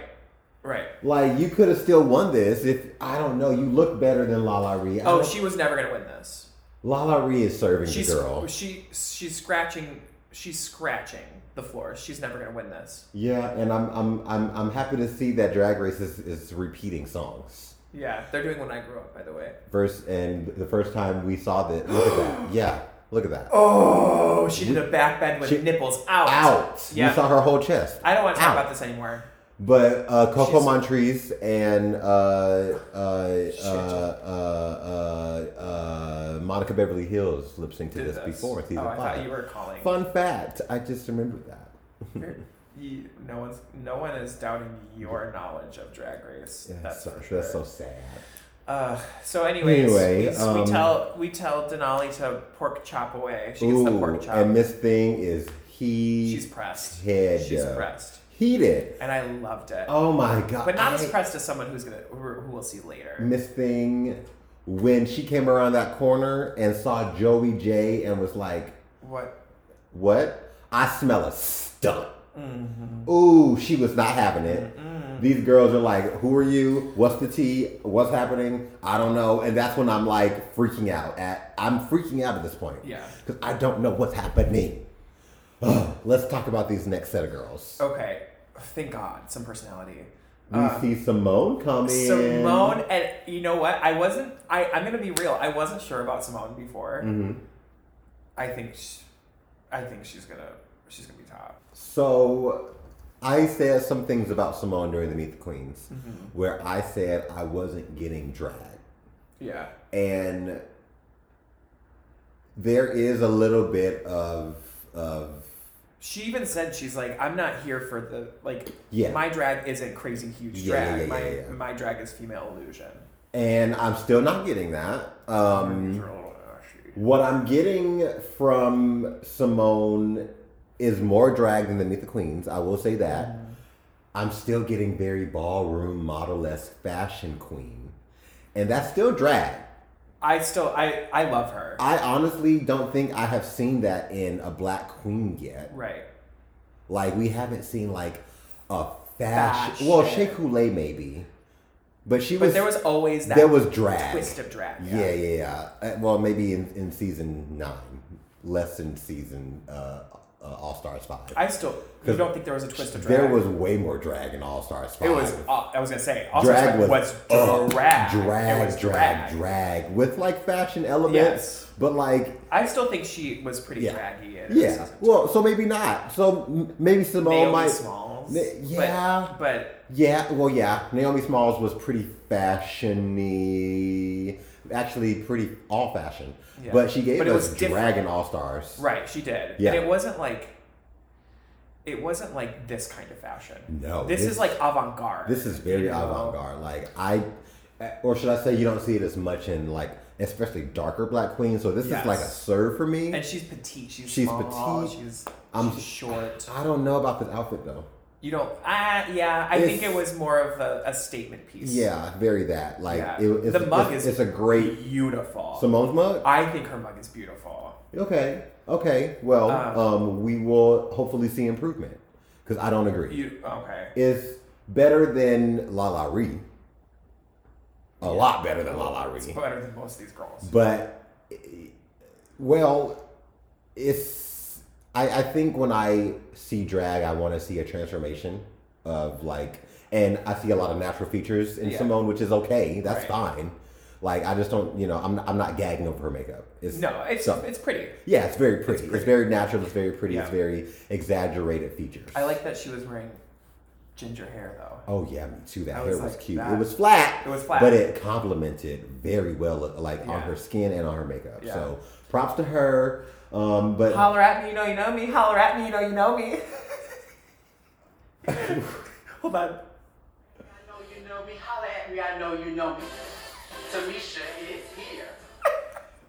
Speaker 3: Right.
Speaker 4: Like you could have still won this if I don't know. You look better than Lala Ree. I
Speaker 3: Oh,
Speaker 4: don't-
Speaker 3: she was never gonna win this.
Speaker 4: Lala Ree is serving
Speaker 3: She's oh,
Speaker 4: the girl.
Speaker 3: she she's scratching she's scratching the floor. She's never gonna win this.
Speaker 4: yeah, and I'm I'm I'm I'm happy to see that Drag Race is, is repeating songs.
Speaker 3: Yeah. They're doing when I grew up, by the way.
Speaker 4: First and the first time we saw that, look at that. Yeah, look at that.
Speaker 3: Oh, she did a back bend with
Speaker 4: She-
Speaker 3: nipples out.
Speaker 4: Out.
Speaker 3: Yeah.
Speaker 4: You saw her whole chest.
Speaker 3: I don't want to talk
Speaker 4: Out.
Speaker 3: about this anymore.
Speaker 4: But uh, Coco
Speaker 3: She's-
Speaker 4: Montrese and uh, uh,
Speaker 3: Shit.
Speaker 4: uh, uh, uh, uh, Monica Beverly Hills lip synced to
Speaker 3: Did
Speaker 4: this,
Speaker 3: this.
Speaker 4: before in season
Speaker 3: Oh, I
Speaker 4: five.
Speaker 3: thought you were calling.
Speaker 4: Fun fact! I just remembered that.
Speaker 3: You- no one's no one is doubting your knowledge of Drag Race.
Speaker 4: Yeah,
Speaker 3: that's
Speaker 4: so,
Speaker 3: for sure.
Speaker 4: that's so sad.
Speaker 3: Uh, so, anyways,
Speaker 4: Anyway,
Speaker 3: we- we
Speaker 4: um,
Speaker 3: tell we tell Denali to pork chop away. She gets the
Speaker 4: Ooh,
Speaker 3: pork chop.
Speaker 4: and Miss Thing is he?
Speaker 3: She's pressed.
Speaker 4: Head
Speaker 3: She's
Speaker 4: up.
Speaker 3: pressed,
Speaker 4: Heated.
Speaker 3: and I loved it.
Speaker 4: Oh my god!
Speaker 3: but not as
Speaker 4: I-
Speaker 3: pressed as someone who's gonna who who we'll see later.
Speaker 4: Miss Thing when she came around that corner and saw Joey J and was like,
Speaker 3: What?
Speaker 4: What? I smell a stunt.
Speaker 3: Mm-hmm.
Speaker 4: Ooh, she was not having it. These girls are like, who are you? What's the tea? What's happening? I don't know. And that's when I'm like freaking out at I'm freaking out at this point.
Speaker 3: Yeah.
Speaker 4: Because I don't know what's happening. Ugh, let's talk about these next set of girls.
Speaker 3: Okay. Thank God. Some personality. Um,
Speaker 4: We see Simone coming.
Speaker 3: uh, Simone, and you know what? I wasn't. I I'm gonna be real. I wasn't sure about Simone before.
Speaker 4: Mm-hmm.
Speaker 3: I think, sh I think she's gonna she's gonna be top.
Speaker 4: So I said some things about Simone during the Meet the Queens where I said I wasn't getting dragged.
Speaker 3: Yeah.
Speaker 4: And there is a little bit of of
Speaker 3: She even said she's like, I'm not here for the like.
Speaker 4: Yeah.
Speaker 3: My drag isn't crazy huge
Speaker 4: Yeah, yeah,
Speaker 3: drag.
Speaker 4: yeah,
Speaker 3: my
Speaker 4: yeah, yeah.
Speaker 3: my drag is female illusion.
Speaker 4: and I'm still not getting that. Um
Speaker 3: She-
Speaker 4: what I'm getting from Simone is more drag than the Meet the Queens. I will say that. I'm still getting very ballroom model esque fashion queen. And that's still drag.
Speaker 3: I still I I love her.
Speaker 4: I honestly don't think I have seen that in a black queen yet.
Speaker 3: right.
Speaker 4: Like we haven't seen like a fashion.
Speaker 3: Fashion.
Speaker 4: Well, Shea Coulee maybe, but she
Speaker 3: But
Speaker 4: was.
Speaker 3: there was always that
Speaker 4: there was drag.
Speaker 3: twist of drag.
Speaker 4: Yeah, yeah, yeah. Uh, well, maybe in, in season nine, less than season uh, uh, All Stars five.
Speaker 3: I still you don't think there was a twist of drag.
Speaker 4: there was way more drag in All Stars five.
Speaker 3: It was. Uh, I was gonna say. Also
Speaker 4: drag was,
Speaker 3: was
Speaker 4: up.
Speaker 3: drag.
Speaker 4: drag,
Speaker 3: It was
Speaker 4: drag, drag, with like fashion elements,
Speaker 3: Yes.
Speaker 4: but like
Speaker 3: I still think she was pretty
Speaker 4: Yeah.
Speaker 3: draggy. In
Speaker 4: Yeah. Well, so maybe not. So m- maybe Simone
Speaker 3: Naomi
Speaker 4: might.
Speaker 3: Smalls.
Speaker 4: Na- yeah.
Speaker 3: But, but
Speaker 4: Yeah. Well, yeah. Naomi Smalls was pretty fashiony. Actually, pretty all fashion.
Speaker 3: Yeah.
Speaker 4: But she gave
Speaker 3: But it
Speaker 4: us
Speaker 3: was different.
Speaker 4: Dragon All Stars.
Speaker 3: right, she did.
Speaker 4: Yeah.
Speaker 3: But it wasn't like. It wasn't like this kind of fashion.
Speaker 4: No,
Speaker 3: This,
Speaker 4: this-
Speaker 3: is like avant garde.
Speaker 4: This is very avant garde. Like I, eh, or should I say, you don't see it as much in like, especially darker black queens. So this
Speaker 3: Yes.
Speaker 4: is like a serve for me.
Speaker 3: And she's petite. She's,
Speaker 4: She's
Speaker 3: small,
Speaker 4: petite.
Speaker 3: She's,
Speaker 4: I'm-
Speaker 3: she's short.
Speaker 4: I don't know about this outfit though.
Speaker 3: You don't. Ah, yeah. I think it
Speaker 4: It's-
Speaker 3: was more of a, a statement piece.
Speaker 4: Yeah, very that. Like
Speaker 3: Yeah.
Speaker 4: it- it's,
Speaker 3: the mug
Speaker 4: it's,
Speaker 3: is
Speaker 4: it's a great
Speaker 3: beautiful.
Speaker 4: Simone's mug.
Speaker 3: I think her mug is beautiful.
Speaker 4: Okay. Okay. Well,
Speaker 3: Um,
Speaker 4: um, we will hopefully see improvement because I don't agree.
Speaker 3: You okay?
Speaker 4: it's better than La La Ree. A lot better than La La Ree.
Speaker 3: Better than most of these girls.
Speaker 4: But, eh, well, it's. I, I think when I see drag, I want to see a transformation of like, and I see a lot of natural features in
Speaker 3: Yeah.
Speaker 4: Simone, which is okay. That's
Speaker 3: Right.
Speaker 4: fine. Like I just don't, you know, I'm I'm not gagging over her makeup. It's,
Speaker 3: No, it's
Speaker 4: so-
Speaker 3: it's pretty.
Speaker 4: yeah, it's very pretty. It's, very natural. It's very pretty. It's
Speaker 3: Yeah.
Speaker 4: very exaggerated features.
Speaker 3: I like that she was wearing ginger hair though.
Speaker 4: Oh yeah, me too. That
Speaker 3: I
Speaker 4: hair
Speaker 3: was
Speaker 4: was
Speaker 3: like,
Speaker 4: cute.
Speaker 3: that-
Speaker 4: It was flat.
Speaker 3: It was flat.
Speaker 4: but it complemented very well, like
Speaker 3: Yeah.
Speaker 4: on her skin and on her makeup.
Speaker 3: Yeah.
Speaker 4: So props to her. Um, but
Speaker 3: Holler at me, you know you know me. Holler at me, you know you know me. Hold on.
Speaker 6: I know you know me. Holla at me. I know you know me. Tamisha is here.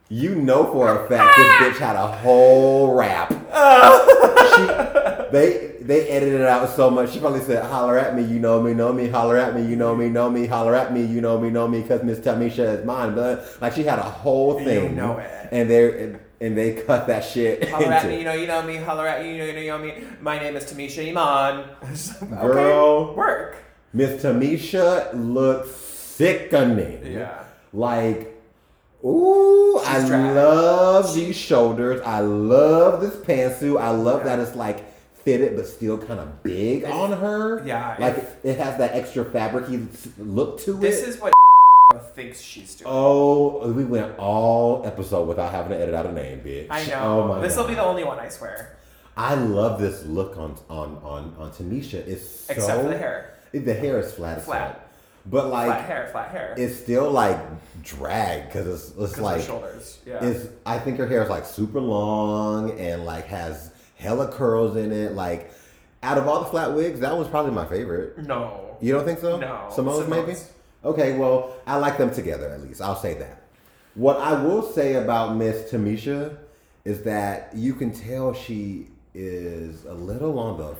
Speaker 4: you know for a fact this bitch had a whole rap. she, they they edited it out so much. She probably said, "Holler at me, you know me, know me. Holler at me, you know me, know me. Holler at me, you know me, know me." Because Miss Tamisha is mine. But like she had a whole
Speaker 3: You
Speaker 4: thing.
Speaker 3: know it.
Speaker 4: And they and they cut that shit.
Speaker 3: Holler at
Speaker 4: into-
Speaker 3: me, you know you know me. Holler at you, you know you know, you know me. My name is Tamisha Iman. Okay,
Speaker 4: Girl.
Speaker 3: work.
Speaker 4: Miss Tamisha looks sickening.
Speaker 3: Yeah.
Speaker 4: Like, ooh, I
Speaker 3: She's drag.
Speaker 4: love these shoulders. I love this pantsuit. I love that it's like fitted but still kind of big on her.
Speaker 3: Yeah,
Speaker 4: Like
Speaker 3: if-
Speaker 4: it has that extra fabricy s- look to
Speaker 3: This
Speaker 4: it.
Speaker 3: is what thinks she's doing.
Speaker 4: oh, we went all episode without having to edit out a name, bitch.
Speaker 3: I know.
Speaker 4: Oh my
Speaker 3: this will
Speaker 4: God.
Speaker 3: be the only one, I swear.
Speaker 4: I love this look on on on on Tamisha. It's so,
Speaker 3: Except for the hair.
Speaker 4: The hair is flat as
Speaker 3: Flat.
Speaker 4: fuck. But like
Speaker 3: Flat hair, flat hair.
Speaker 4: it's still like drag because it's, it's
Speaker 3: 'Cause of
Speaker 4: like
Speaker 3: her shoulders. Yeah.
Speaker 4: it's I think her hair is like super long and like has hella curls in it. Like out of all the flat wigs, that was probably my favorite.
Speaker 3: no.
Speaker 4: You don't think so?
Speaker 3: No.
Speaker 4: Simone's, maybe.
Speaker 3: Simone's.
Speaker 4: Okay, well I like them together at least. I'll say that. What I will say about Miss Tamisha is that you can tell she is a little on the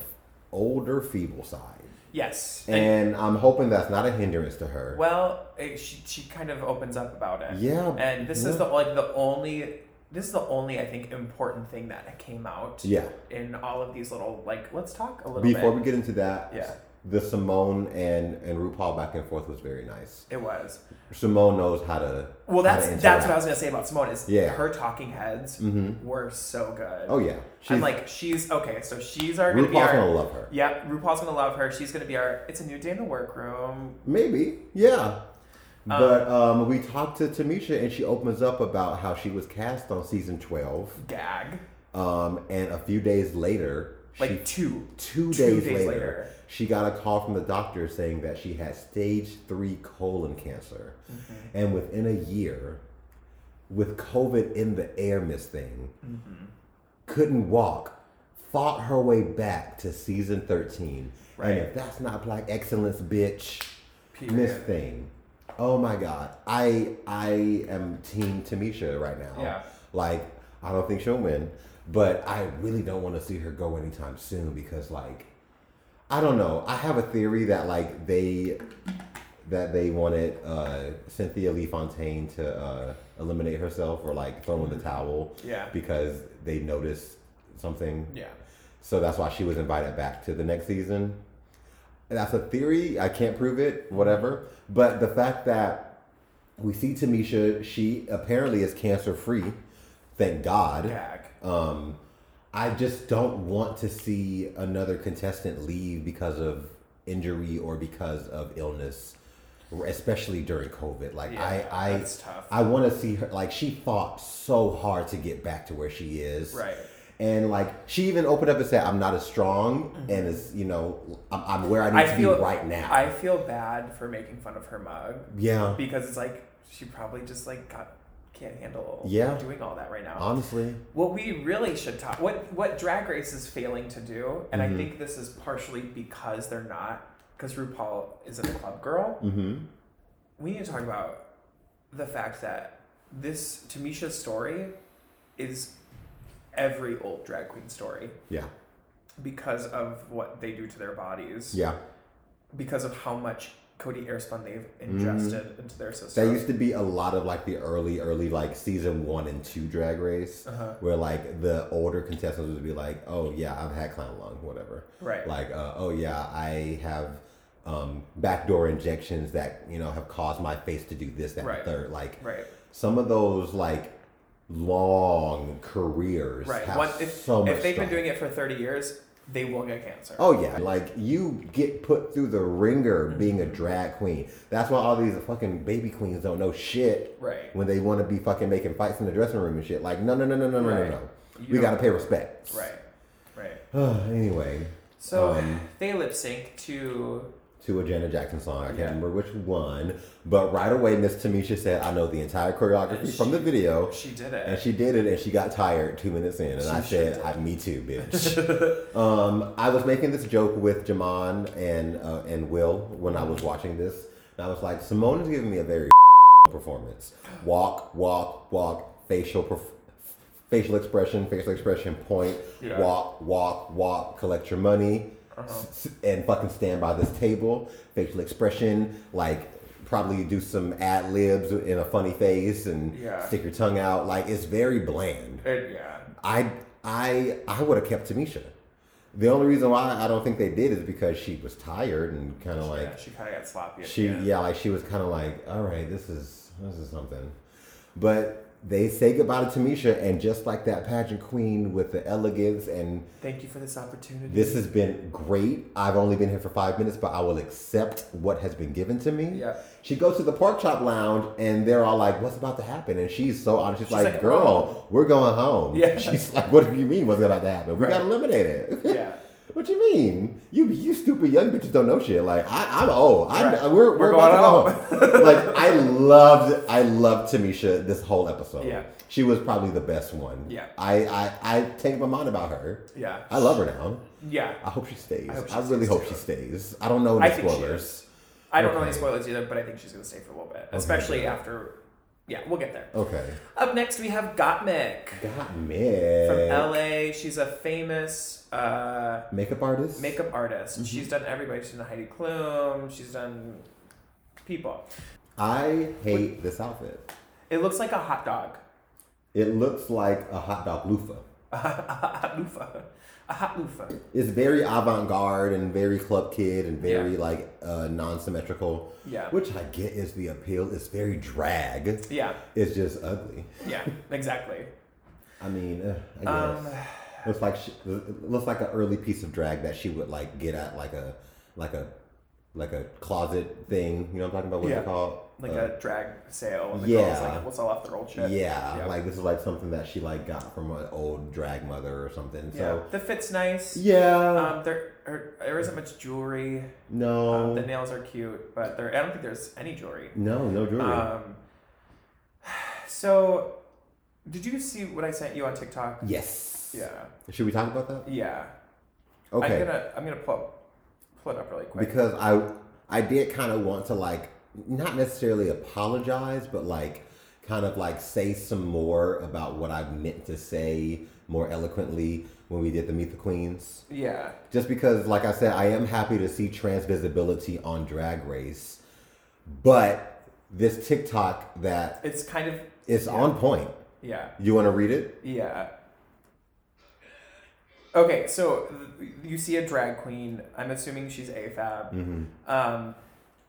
Speaker 4: older, feeble side,
Speaker 3: Yes.
Speaker 4: and I'm hoping that's not a hindrance to her.
Speaker 3: eh, Well, it, she she kind of opens up about it.
Speaker 4: Yeah,
Speaker 3: and this
Speaker 4: yeah.
Speaker 3: is the like the only this is the only I think important thing that came out.
Speaker 4: Yeah.
Speaker 3: In all of these little like let's talk a little
Speaker 4: Before we
Speaker 3: bit.
Speaker 4: get into that,
Speaker 3: Yeah.
Speaker 4: the Simone and and RuPaul back and forth was very nice.
Speaker 3: it was.
Speaker 4: Simone knows how to.
Speaker 3: Well,
Speaker 4: how to
Speaker 3: that's that's what I
Speaker 4: interact.
Speaker 3: was gonna say about Simone is
Speaker 4: Yeah. Mm-hmm.
Speaker 3: her talking heads were so good.
Speaker 4: Oh yeah,
Speaker 3: I'm like she's okay, so she's our gonna
Speaker 4: RuPaul's
Speaker 3: be our.
Speaker 4: gonna love her.
Speaker 3: Yep, RuPaul's gonna love her. She's gonna be our. It's a new day in the workroom.
Speaker 4: Maybe,
Speaker 3: Um,
Speaker 4: yeah. But um, we talked to Tamisha, and she opens up about how she was cast on season twelve,
Speaker 3: Gag.
Speaker 4: um, and a few days later,
Speaker 3: Like
Speaker 4: she,
Speaker 3: two.
Speaker 4: two days, later, she got a call from the doctor saying that she had stage three colon cancer, and within a year, with COVID in the air, Miss Thing couldn't walk. Fought her way back to season 13.
Speaker 3: Right.
Speaker 4: And if that's not black excellence, bitch.
Speaker 3: Period.
Speaker 4: Miss Thing. Oh my God. I I am Team Tamisha right now.
Speaker 3: Yeah.
Speaker 4: Like I don't think she'll win, but I really don't want to see her go anytime soon because like I don't know. I have a theory that like they that they wanted uh, Cynthia Lee Fontaine to uh, eliminate herself or like throw in the towel.
Speaker 3: Yeah.
Speaker 4: Because they noticed something.
Speaker 3: Yeah.
Speaker 4: So that's why she was invited back to the next season. That's a theory. I can't prove it, whatever. But the fact that we see Tamisha, she apparently is cancer free. Thank God.
Speaker 3: Gag.
Speaker 4: Um, I just don't want to see another contestant leave because of injury or because of illness, especially during COVID. Like
Speaker 3: Yeah,
Speaker 4: I, I,
Speaker 3: that's tough.
Speaker 4: I want to see her. Like she fought so hard to get back to where she is.
Speaker 3: Right.
Speaker 4: And like she even opened up and said, "I'm not as strong, and as you know, I'm, I'm where I need
Speaker 3: Mm-hmm. I
Speaker 4: to
Speaker 3: feel
Speaker 4: be right now."
Speaker 3: I feel bad for making fun of her mug
Speaker 4: yeah,
Speaker 3: because it's like she probably just like got can't handle
Speaker 4: Yeah.
Speaker 3: doing all that right now.
Speaker 4: honestly,
Speaker 3: what we really should talk what what drag race is failing to do and
Speaker 4: Mm-hmm.
Speaker 3: i think this is partially because they're not because rupaul isn't a club girl mm-hmm. we need to talk about the fact that this tamisha's story is every old drag queen story
Speaker 4: yeah,
Speaker 3: because of what they do to their bodies
Speaker 4: yeah.
Speaker 3: because of how much cody airspun they've ingested into their system
Speaker 4: There Mm. used to be a lot of like the early, early like season one and two Drag Race,
Speaker 3: Uh-huh.
Speaker 4: where like the older contestants would be like, "Oh yeah, I've had clown lung, whatever."
Speaker 3: Right.
Speaker 4: Like, uh, "Oh yeah, I have um, backdoor injections that you know have caused my face to do this, that,
Speaker 3: Right.
Speaker 4: and third. Like,
Speaker 3: Right.
Speaker 4: Some of those like long careers,
Speaker 3: right
Speaker 4: Have
Speaker 3: One, if,
Speaker 4: so much
Speaker 3: if they've
Speaker 4: struggle.
Speaker 3: been doing it for 30 years they will get cancer
Speaker 4: Oh yeah, like you get put through the
Speaker 3: Mm-hmm.
Speaker 4: ringer being a drag queen. That's why all these fucking baby queens don't know shit.
Speaker 3: Right.
Speaker 4: When they want to be fucking making fights in the dressing room and shit. Like no no no no no no
Speaker 3: Right.
Speaker 4: no no.
Speaker 3: You
Speaker 4: We
Speaker 3: don't-
Speaker 4: gotta pay respect.
Speaker 3: right right
Speaker 4: anyway,
Speaker 3: So
Speaker 4: Um,
Speaker 3: they lip sync to
Speaker 4: to a Janet Jackson song. I can't
Speaker 3: Yeah.
Speaker 4: remember which one, but right away Miss Tamisha said, "I know the entire choreography
Speaker 3: And
Speaker 4: from the
Speaker 3: she-
Speaker 4: video."
Speaker 3: she did it.
Speaker 4: And she did it, and she got tired two minutes in, and I
Speaker 3: She
Speaker 4: said,
Speaker 3: sure
Speaker 4: I, "Me too, bitch." um, I was making this joke with Jamon and uh, and Will when I was watching this, and I was like, "Simone is giving me a very performance. Walk, walk, walk. Facial, perf- facial expression, facial expression. Point.
Speaker 3: Yeah. Uh-huh.
Speaker 4: Walk, walk, walk. Collect your money, s- s- and fucking stand by this table. Facial expression, like." Probably do some ad libs in a funny face and
Speaker 3: Yeah.
Speaker 4: stick your tongue out. Like it's very bland.
Speaker 3: and yeah,
Speaker 4: I I I would have kept Tamisha. The only reason why I don't think they did is because she was tired and kind of
Speaker 3: yeah,
Speaker 4: like
Speaker 3: she kind of got sloppy. At
Speaker 4: she
Speaker 3: the end.
Speaker 4: yeah like she was kind of like all right this is this is something, but they say goodbye to Tamisha and just like that pageant queen with the elegance and
Speaker 3: Thank you for this opportunity.
Speaker 4: this has been great. I've only been here for five minutes, but I will accept what has been given to me.
Speaker 3: Yeah.
Speaker 4: She goes to the pork chop lounge, and they're all like, "What's about to happen?" And she's so honest. She's, like,
Speaker 3: like,
Speaker 4: "Girl,
Speaker 3: "Home."
Speaker 4: we're going home."
Speaker 3: Yeah.
Speaker 4: She's like, "What do you mean? What's about to happen? We got eliminated."
Speaker 3: Yeah.
Speaker 4: What you mean? You you stupid young bitches don't know shit. Like I, I'm old. I,
Speaker 3: Right.
Speaker 4: we're, we're,
Speaker 3: We're
Speaker 4: about
Speaker 3: going
Speaker 4: to go home. like I loved I loved Tamisha this whole episode.
Speaker 3: Yeah.
Speaker 4: She was probably the best one.
Speaker 3: Yeah.
Speaker 4: I I, I take my mind about her.
Speaker 3: Yeah.
Speaker 4: I love her now.
Speaker 3: yeah.
Speaker 4: I hope she stays. I,
Speaker 3: I hope she
Speaker 4: really
Speaker 3: stays,
Speaker 4: hope
Speaker 3: too.
Speaker 4: she stays. I don't know
Speaker 3: I
Speaker 4: any
Speaker 3: think she
Speaker 4: spoilers.
Speaker 3: is. I don't know any
Speaker 4: Okay.
Speaker 3: spoilers either, but I think she's gonna stay for a little bit, especially
Speaker 4: good.
Speaker 3: after. Yeah, we'll get there.
Speaker 4: Okay.
Speaker 3: Up next, we have Gottmik
Speaker 4: Got
Speaker 3: from
Speaker 4: me.
Speaker 3: LA. She's a famous uh,
Speaker 4: Makeup artist.
Speaker 3: makeup artist.
Speaker 4: Mm-hmm.
Speaker 3: She's done everybody. She's done Heidi Klum. She's done people.
Speaker 4: I hate this outfit.
Speaker 3: It looks like a hot dog.
Speaker 4: It looks like a hot dog loofah.
Speaker 3: A hot loofah. A hot loofah.
Speaker 4: It's very avant-garde and very club kid and very
Speaker 3: Yeah.
Speaker 4: like uh, non-symmetrical.
Speaker 3: Yeah.
Speaker 4: Which I get is the appeal. It's very drag.
Speaker 3: Yeah.
Speaker 4: It's just ugly.
Speaker 3: Yeah. Exactly.
Speaker 4: I mean, uh, I
Speaker 3: Um,
Speaker 4: guess looks like she, it looks like an early piece of drag that she would like get at like a like a like a closet thing. You know what I'm talking about? What's
Speaker 3: Yeah.
Speaker 4: it called?
Speaker 3: Like
Speaker 4: Uh,
Speaker 3: a drag sale. And the
Speaker 4: yeah.
Speaker 3: Girls, like, we'll sell off their old shit.
Speaker 4: yeah, like this is like something that she like got from an old drag mother or something.
Speaker 3: yeah.
Speaker 4: So
Speaker 3: The fit's nice.
Speaker 4: yeah,
Speaker 3: Um, there, er, there isn't much jewelry.
Speaker 4: no,
Speaker 3: Um, the nails are cute, but there, I don't think there's any jewelry.
Speaker 4: no, no jewelry.
Speaker 3: Um, so, did you see what I sent you on TikTok?
Speaker 4: yes.
Speaker 3: Yeah.
Speaker 4: Should we talk about that?
Speaker 3: Yeah. I'm
Speaker 4: Okay.
Speaker 3: gonna I'm gonna pull pull it up really quick.
Speaker 4: because I I did kind of want to like not necessarily apologize, but like kind of like say some more about what I meant to say more eloquently when we did the Meet the Queens.
Speaker 3: yeah.
Speaker 4: Just because, like I said, I am happy to see trans visibility on Drag Race, but this TikTok that
Speaker 3: It's kind of
Speaker 4: is on point.
Speaker 3: yeah.
Speaker 4: You want to read it?
Speaker 3: Yeah. Okay, so th- you see a drag queen. I'm assuming she's AFAB.
Speaker 4: Mm-hmm.
Speaker 3: Um,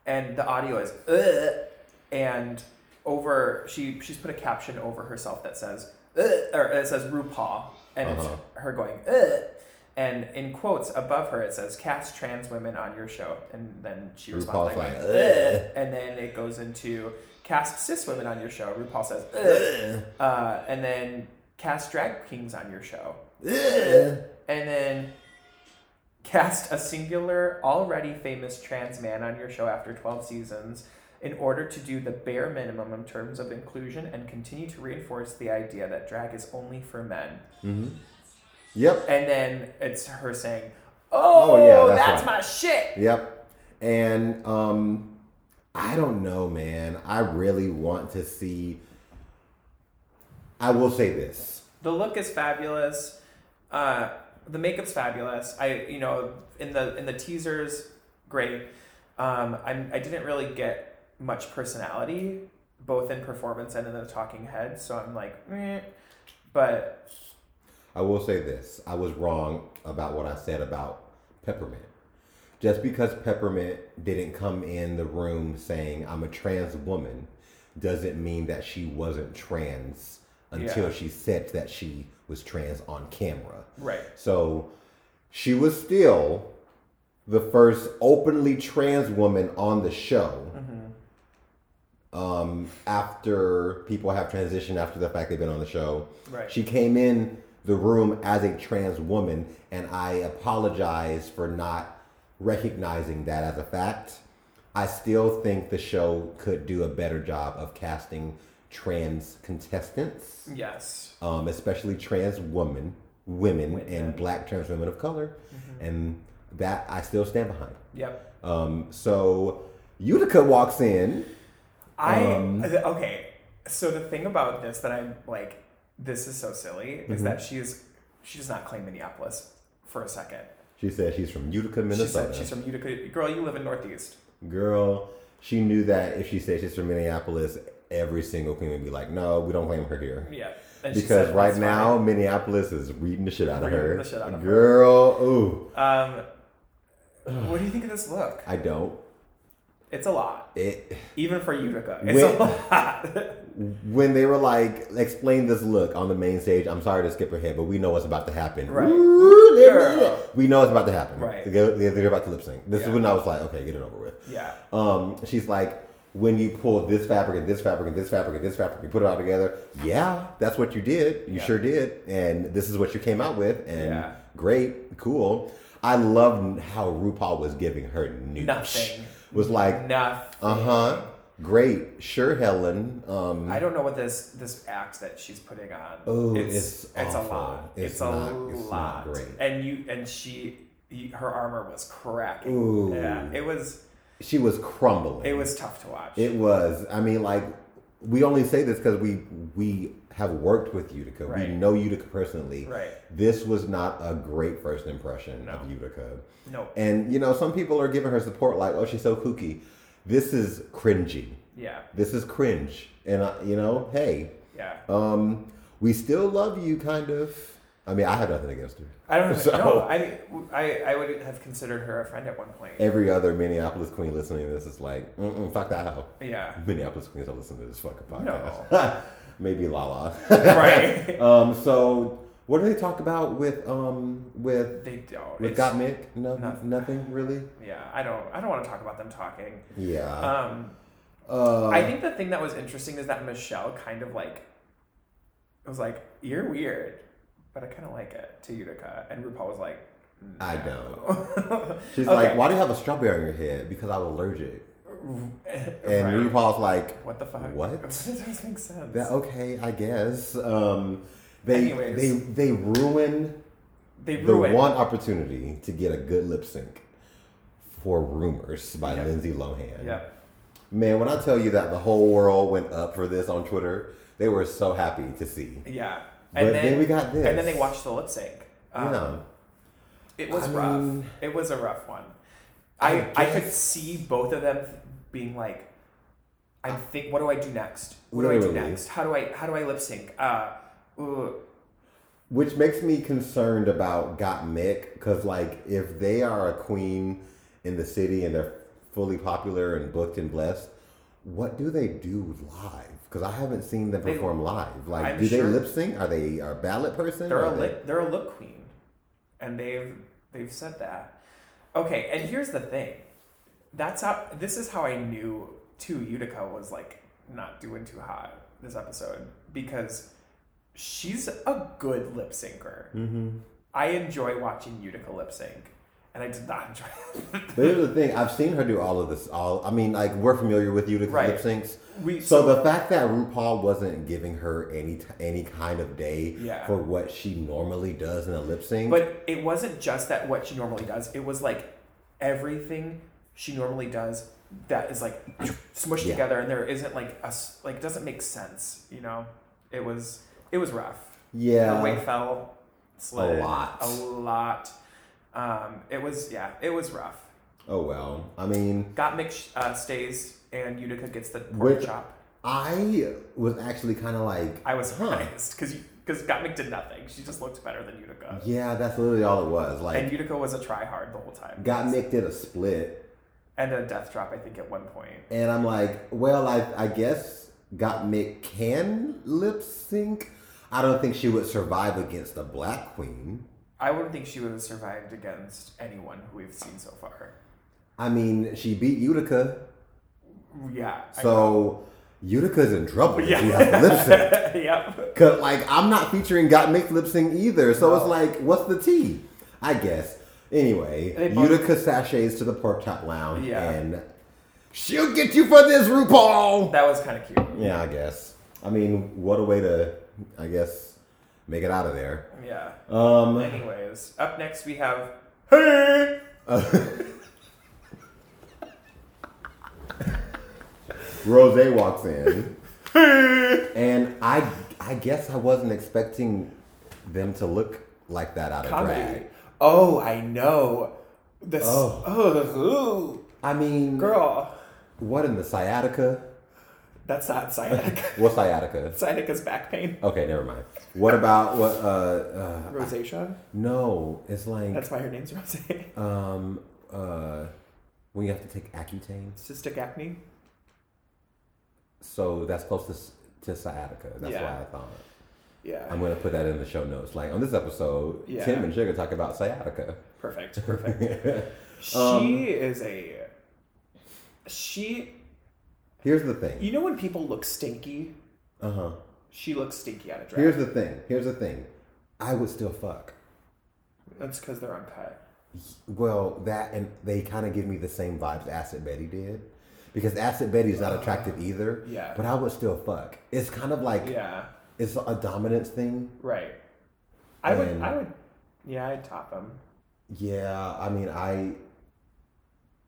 Speaker 3: and the audio is, Ugh, and over she she's put a caption over herself that says, Ugh, or it says RuPaul, and
Speaker 4: Uh-huh.
Speaker 3: it's her going, Ugh, and in quotes above her it says, "Cast trans women on your show," and then she responds
Speaker 4: RuPaul's
Speaker 3: like,
Speaker 4: like,
Speaker 3: Ugh,
Speaker 4: "Ugh."
Speaker 3: and then it goes into cast cis women on your show. RuPaul says, Ugh. Uh, and then cast drag kings on your show, and then cast a singular, already famous trans man on your show after 12 seasons in order to do the bare minimum in terms of inclusion and continue to reinforce the idea that drag is only for men.
Speaker 4: Yep.
Speaker 3: And then it's her saying, Oh,
Speaker 4: yeah,
Speaker 3: that's,
Speaker 4: that's right.
Speaker 3: my shit.
Speaker 4: Yep. And um I don't know, man. I really want to see I will say this.
Speaker 3: The look is fabulous. Uh, the makeup's fabulous. I, you know, in the in the teasers, great. Um, I'm, I didn't really get much personality, both in performance and in the talking head. So I'm like, meh. but
Speaker 4: I will say this. I was wrong about what I said about Peppermint. Just because Peppermint didn't come in the room saying I'm a trans woman doesn't mean that she wasn't trans until
Speaker 3: Yeah.
Speaker 4: she said that she was trans on camera.
Speaker 3: right,
Speaker 4: So she was still the first openly trans woman on the show. Um, after people have transitioned after the fact they've been on the show,
Speaker 3: Right.
Speaker 4: she came in the room as a trans woman, and I apologize for not recognizing that as a fact. I still think the show could do a better job of casting trans contestants
Speaker 3: yes,
Speaker 4: um, especially trans women, women
Speaker 3: Women.
Speaker 4: and black trans women of color,
Speaker 3: Mm-hmm.
Speaker 4: and that I still stand behind.
Speaker 3: yep.
Speaker 4: Um, so Utica walks in.
Speaker 3: I
Speaker 4: Um,
Speaker 3: th- okay. So the thing about this that I'm like, this is so silly,
Speaker 4: Mm-hmm.
Speaker 3: is that she is she does not claim Minneapolis for a second.
Speaker 4: She said she's from Utica,
Speaker 3: She said
Speaker 4: Minnesota.
Speaker 3: she's from Utica. Girl, you live in Northeast.
Speaker 4: Girl, she knew that if she said she's from Minneapolis, every single queen would be like, "No, we don't claim her here."
Speaker 3: Yeah. And she
Speaker 4: Because
Speaker 3: said,
Speaker 4: right
Speaker 3: "That's
Speaker 4: now Minneapolis is reading the shit out of
Speaker 3: Reading
Speaker 4: her.
Speaker 3: the shit out of her.
Speaker 4: Girl, ooh,
Speaker 3: fine." Um, what do you think of this look?
Speaker 4: I don't.
Speaker 3: It's a lot,
Speaker 4: It
Speaker 3: even for Utica. It's
Speaker 4: Wait.
Speaker 3: a lot.
Speaker 4: when they were like, explain this look on the main stage, I'm sorry to skip ahead, but we know what's about to happen.
Speaker 3: Right.
Speaker 4: Ooh, they-
Speaker 3: Girl.
Speaker 4: We know it's about to happen.
Speaker 3: Right.
Speaker 4: They're, they're about to lip sync. This
Speaker 3: Yeah.
Speaker 4: is when I was like, okay, get it over with.
Speaker 3: yeah.
Speaker 4: Um, she's like, when you pull this fabric and this fabric and this fabric and this fabric, you put it all together. Yeah, that's what you did. You
Speaker 3: Yeah.
Speaker 4: sure did. And this is what you came out with. And
Speaker 3: Yeah.
Speaker 4: great, cool. I love how RuPaul was giving her nooch.
Speaker 3: Nothing.
Speaker 4: Was like,
Speaker 3: Enough.
Speaker 4: uh huh, great, sure, Helen. Um,
Speaker 3: I don't know what this this act that she's putting on.
Speaker 4: Oh,
Speaker 3: it's
Speaker 4: it's
Speaker 3: it's a
Speaker 4: awful.
Speaker 3: lot. It's,
Speaker 4: It's
Speaker 3: a
Speaker 4: not- it's
Speaker 3: lot.
Speaker 4: not great.
Speaker 3: And you and she, you, her armor was cracking.
Speaker 4: Ooh.
Speaker 3: Yeah, it was
Speaker 4: she was crumbling.
Speaker 3: it was tough to watch.
Speaker 4: It was. I mean, like we only say this because we we have worked with Utica.
Speaker 3: Right.
Speaker 4: We know Utica personally.
Speaker 3: Right.
Speaker 4: This was not a great first impression of Utica.
Speaker 3: no,
Speaker 4: And you know, some people are giving her support, like, "Oh, she's so kooky." This is cringy.
Speaker 3: yeah,
Speaker 4: This is cringe. And I, you know, uh, hey,
Speaker 3: yeah.
Speaker 4: um, we still love you, kind of. I mean, I have nothing against her.
Speaker 3: I don't know.
Speaker 4: So-
Speaker 3: no, I, I, I would have considered her a friend at one point.
Speaker 4: Every other Minneapolis queen listening to this is like, Mm-mm, fuck that hoe.
Speaker 3: yeah.
Speaker 4: Minneapolis queens don't listen to this fucking
Speaker 3: No.
Speaker 4: podcast. Maybe Lala.
Speaker 3: Right.
Speaker 4: um, so what do they talk about with um with
Speaker 3: They don't.
Speaker 4: with
Speaker 3: It's-
Speaker 4: Got Mick? No,
Speaker 3: nothing.
Speaker 4: nothing. really.
Speaker 3: Yeah, I don't. I don't want to talk about them talking.
Speaker 4: Yeah.
Speaker 3: Um,
Speaker 4: Uh,
Speaker 3: I think the thing that was interesting is that Michelle kind of like was like, "You're weird, but I kind of like it." To Utica, and RuPaul was like,
Speaker 4: I don't.
Speaker 3: no.
Speaker 4: She's
Speaker 3: Um, oh, Okay.
Speaker 4: like, why do you have a strawberry on your head? Because I'm allergic. And
Speaker 3: Right.
Speaker 4: RuPaul's like,
Speaker 3: What the fuck?
Speaker 4: What?
Speaker 3: It doesn't make sense.
Speaker 4: "Yeah, okay, I guess. Um, they
Speaker 3: Anyways.
Speaker 4: they they ruin
Speaker 3: they
Speaker 4: the
Speaker 3: ruined.
Speaker 4: one opportunity to get a good lip sync for Rumors by
Speaker 3: Yep.
Speaker 4: Lindsay Lohan.
Speaker 3: Yep.
Speaker 4: Man, when I tell you that the whole world went up for this on Twitter, they were so happy to see.
Speaker 3: Yeah.
Speaker 4: But then we got
Speaker 3: And then
Speaker 4: this.
Speaker 3: they watched the lip sync. Um,
Speaker 4: yeah.
Speaker 3: It was
Speaker 4: I
Speaker 3: rough.
Speaker 4: mean-
Speaker 3: it was a rough one.
Speaker 4: I
Speaker 3: I I could
Speaker 4: guess-
Speaker 3: see both of them being like, I think, what do I do next? What do I do
Speaker 4: Literally.
Speaker 3: next? How do I how do I lip sync? Uh, ooh,
Speaker 4: Which makes me concerned about Got Mick, because like if they are a queen in the city and they're fully popular and booked and blessed, what do they do live? Because I haven't seen them
Speaker 3: They-
Speaker 4: perform live. Like,
Speaker 3: I'm
Speaker 4: do they
Speaker 3: sure-
Speaker 4: lip sync? Are they a ballot person?
Speaker 3: they're a
Speaker 4: Are they-
Speaker 3: lip they're a lip queen, and they've they've said that. Okay, and here's the thing. That's how this is how I knew too. Utica was like not doing too hot this episode because she's a good lip syncer. I enjoy watching Utica lip sync, and I did not enjoy.
Speaker 4: But here's the thing: I've seen her do all of this. All I mean, like we're familiar with Utica
Speaker 3: Right.
Speaker 4: lip syncs.
Speaker 3: We-
Speaker 4: so,
Speaker 3: so-
Speaker 4: the fact that RuPaul wasn't giving her any t- any kind of day
Speaker 3: Yeah.
Speaker 4: for what she normally does in a lip sync,
Speaker 3: but it wasn't just that what she normally does. It was like everything she normally does that is like smushed
Speaker 4: Yeah.
Speaker 3: together, and there isn't like a s- like doesn't make sense. You know, it was it was rough.
Speaker 4: Yeah.
Speaker 3: her wig fell slid
Speaker 4: lot.
Speaker 3: a lot. Um, it was yeah, it was rough.
Speaker 4: oh well. I mean,
Speaker 3: Got mixed uh, stays, and Utica gets the pork
Speaker 4: which
Speaker 3: chop.
Speaker 4: I was actually kind of like,
Speaker 3: I was
Speaker 4: huh.
Speaker 3: surprised because because Gottmik did nothing. She just looked better than Utica.
Speaker 4: Yeah, that's literally all it was. Like,
Speaker 3: And Utica was a try hard the whole time.
Speaker 4: got Mick did a split,
Speaker 3: and a death drop, I think, at one point.
Speaker 4: and I'm like, well, I I guess got Mick can lip sync. I don't think she would survive against a black queen.
Speaker 3: I wouldn't think she would have survived against anyone who we've seen so far.
Speaker 4: I mean, she beat Utica,
Speaker 3: Yeah. I
Speaker 4: so Utica's in trouble.
Speaker 3: Yeah.
Speaker 4: Yeah. She has lip sync.
Speaker 3: know. yep.
Speaker 4: Cause like I'm not featuring got mixed lip sync either, so it's
Speaker 3: No.
Speaker 4: like, what's the tea? I guess. Anyway,
Speaker 3: They both-
Speaker 4: Utica sachets to the pork chop lounge,
Speaker 3: Yeah.
Speaker 4: and she'll get you for this, RuPaul.
Speaker 3: That was kind of cute.
Speaker 4: Yeah, I guess. I mean, what a way to, I guess, make it out of there.
Speaker 3: Yeah.
Speaker 4: Um,
Speaker 3: Anyways, up next we have. Hey!
Speaker 4: Rose walks in, and I, I guess I wasn't expecting them to look like that out of
Speaker 3: Comedy.
Speaker 4: drag.
Speaker 3: Oh, I know. This.
Speaker 4: Oh.
Speaker 3: oh
Speaker 4: I mean,
Speaker 3: girl.
Speaker 4: what in the sciatica?
Speaker 3: That's not sciatica.
Speaker 4: What sciatica?
Speaker 3: Sciatica's back pain.
Speaker 4: Okay, never mind. What about what? Uh, uh,
Speaker 3: Rosacea.
Speaker 4: no, it's like
Speaker 3: That's why her name's Rose.
Speaker 4: um, uh, when you have to take Accutane.
Speaker 3: Cystic acne.
Speaker 4: So that's close to s- to sciatica. That's
Speaker 3: Yeah.
Speaker 4: why I thought.
Speaker 3: Yeah.
Speaker 4: I'm gonna put that in the show notes. Like on this episode,
Speaker 3: Yeah.
Speaker 4: Tim and Sugar talk about sciatica.
Speaker 3: Perfect. Perfect. she
Speaker 4: Um,
Speaker 3: is a. She
Speaker 4: Here's the thing.
Speaker 3: You know when people look stinky?
Speaker 4: Uh huh.
Speaker 3: She looks stinky out of drag.
Speaker 4: Here's the thing. Here's the thing. I would still fuck.
Speaker 3: That's because they're uncut.
Speaker 4: Well, that and they kind of give me the same vibes Acid Betty did, because Acid Betty's not attractive either.
Speaker 3: Uh-huh. yeah.
Speaker 4: But I would still fuck. It's kind of like
Speaker 3: Yeah,
Speaker 4: it's a dominance thing.
Speaker 3: right. I would,
Speaker 4: And-
Speaker 3: I would, yeah, I'd top them.
Speaker 4: Yeah, I mean, I,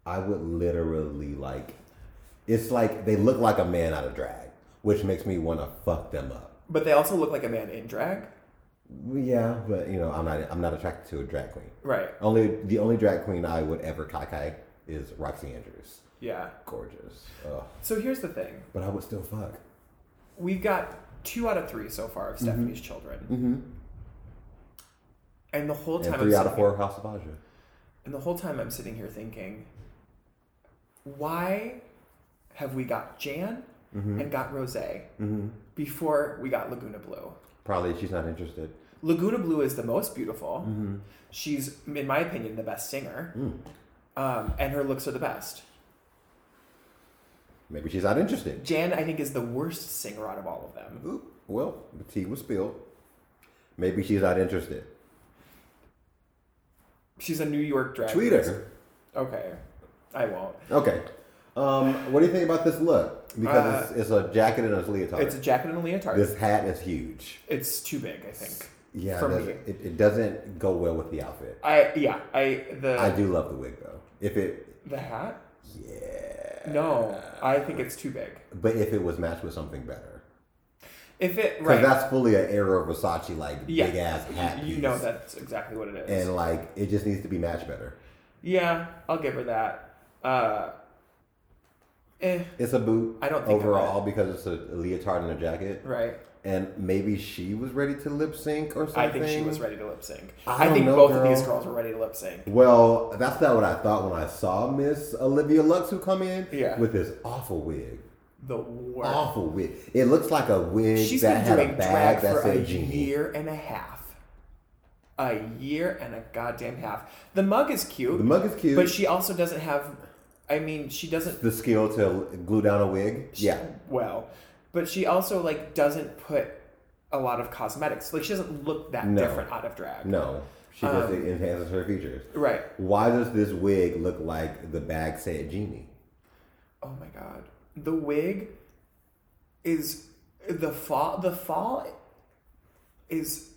Speaker 4: I would literally like, it's like they look like a man out of drag, which makes me want to fuck them up.
Speaker 3: But they also look like a man in drag.
Speaker 4: Well, Yeah, but you know, I'm not, I'm not attracted to a drag queen.
Speaker 3: Right.
Speaker 4: Only the only drag queen I would ever cockeye is Roxy Andrews.
Speaker 3: Yeah.
Speaker 4: Gorgeous, Ugh.
Speaker 3: So here's the thing.
Speaker 4: but I would still fuck.
Speaker 3: We've got two out of three so far of Stephanie's children.
Speaker 4: Mm-hmm.
Speaker 3: And the whole time
Speaker 4: And
Speaker 3: I'm
Speaker 4: three out of
Speaker 3: sitting-
Speaker 4: four House of Aja.
Speaker 3: And the whole time I'm sitting here thinking, why have we got Jan
Speaker 4: Mm-hmm.
Speaker 3: and got Rose before we got Laguna Blue?
Speaker 4: Probably she's not interested.
Speaker 3: Laguna Blue is the most beautiful.
Speaker 4: Mm-hmm.
Speaker 3: She's, in my opinion, the best singer.
Speaker 4: Mm.
Speaker 3: Um, and her looks are the best.
Speaker 4: Maybe she's not interested.
Speaker 3: Jan, I think, is the worst singer out of all of them.
Speaker 4: Oop. Well, the tea was spilled. Maybe she's not interested.
Speaker 3: She's a New York drag.
Speaker 4: Tweet
Speaker 3: race.
Speaker 4: her.
Speaker 3: Okay. I won't.
Speaker 4: Okay. Um, what do you think about this look? Because it's, it's a jacket and a leotard.
Speaker 3: Uh, It's a jacket and a leotard.
Speaker 4: this hat is huge.
Speaker 3: it's too big, I think.
Speaker 4: Yeah,
Speaker 3: For
Speaker 4: it
Speaker 3: me.
Speaker 4: doesn't- It, it doesn't go well with the outfit.
Speaker 3: I yeah. I the
Speaker 4: I do love the wig though. If it,
Speaker 3: the hat.
Speaker 4: yeah,
Speaker 3: No, I think it's too big.
Speaker 4: but if it was matched with something better,
Speaker 3: If it
Speaker 4: because
Speaker 3: right,
Speaker 4: that's fully an era Versace like
Speaker 3: yeah,
Speaker 4: big ass hat.
Speaker 3: You
Speaker 4: piece.
Speaker 3: know that's exactly what it is.
Speaker 4: and like it just needs to be matched better.
Speaker 3: yeah, I'll give her that. Uh, eh,
Speaker 4: It's a boot.
Speaker 3: I don't think I
Speaker 4: overall because it's a leotard and a jacket,
Speaker 3: right.
Speaker 4: and maybe she was ready to lip sync or something.
Speaker 3: I think she was ready to lip sync.
Speaker 4: I
Speaker 3: I,
Speaker 4: don't
Speaker 3: think
Speaker 4: know,
Speaker 3: both of
Speaker 4: girl.
Speaker 3: these girls were ready to lip sync.
Speaker 4: Well, that's not what I thought when I saw Miss Olivia Lux who come in
Speaker 3: Yeah.
Speaker 4: with this awful wig.
Speaker 3: The worst.
Speaker 4: Awful wig. It looks like a wig
Speaker 3: She's
Speaker 4: that
Speaker 3: been
Speaker 4: had a
Speaker 3: doing drag
Speaker 4: bag that
Speaker 3: for a
Speaker 4: said genie.
Speaker 3: year and a half. A year and a goddamn half. The mug is cute.
Speaker 4: The mug is cute.
Speaker 3: But she also doesn't have. I mean, she doesn't.
Speaker 4: The skill to glue down a wig. Yeah.
Speaker 3: Well, but she also like doesn't put a lot of cosmetics. Like she doesn't look that
Speaker 4: No.
Speaker 3: different out of drag.
Speaker 4: No. She
Speaker 3: Um,
Speaker 4: just enhances her features.
Speaker 3: Right.
Speaker 4: Why does this wig look like the bag said genie?
Speaker 3: Oh my god. The wig is the fall. The fall is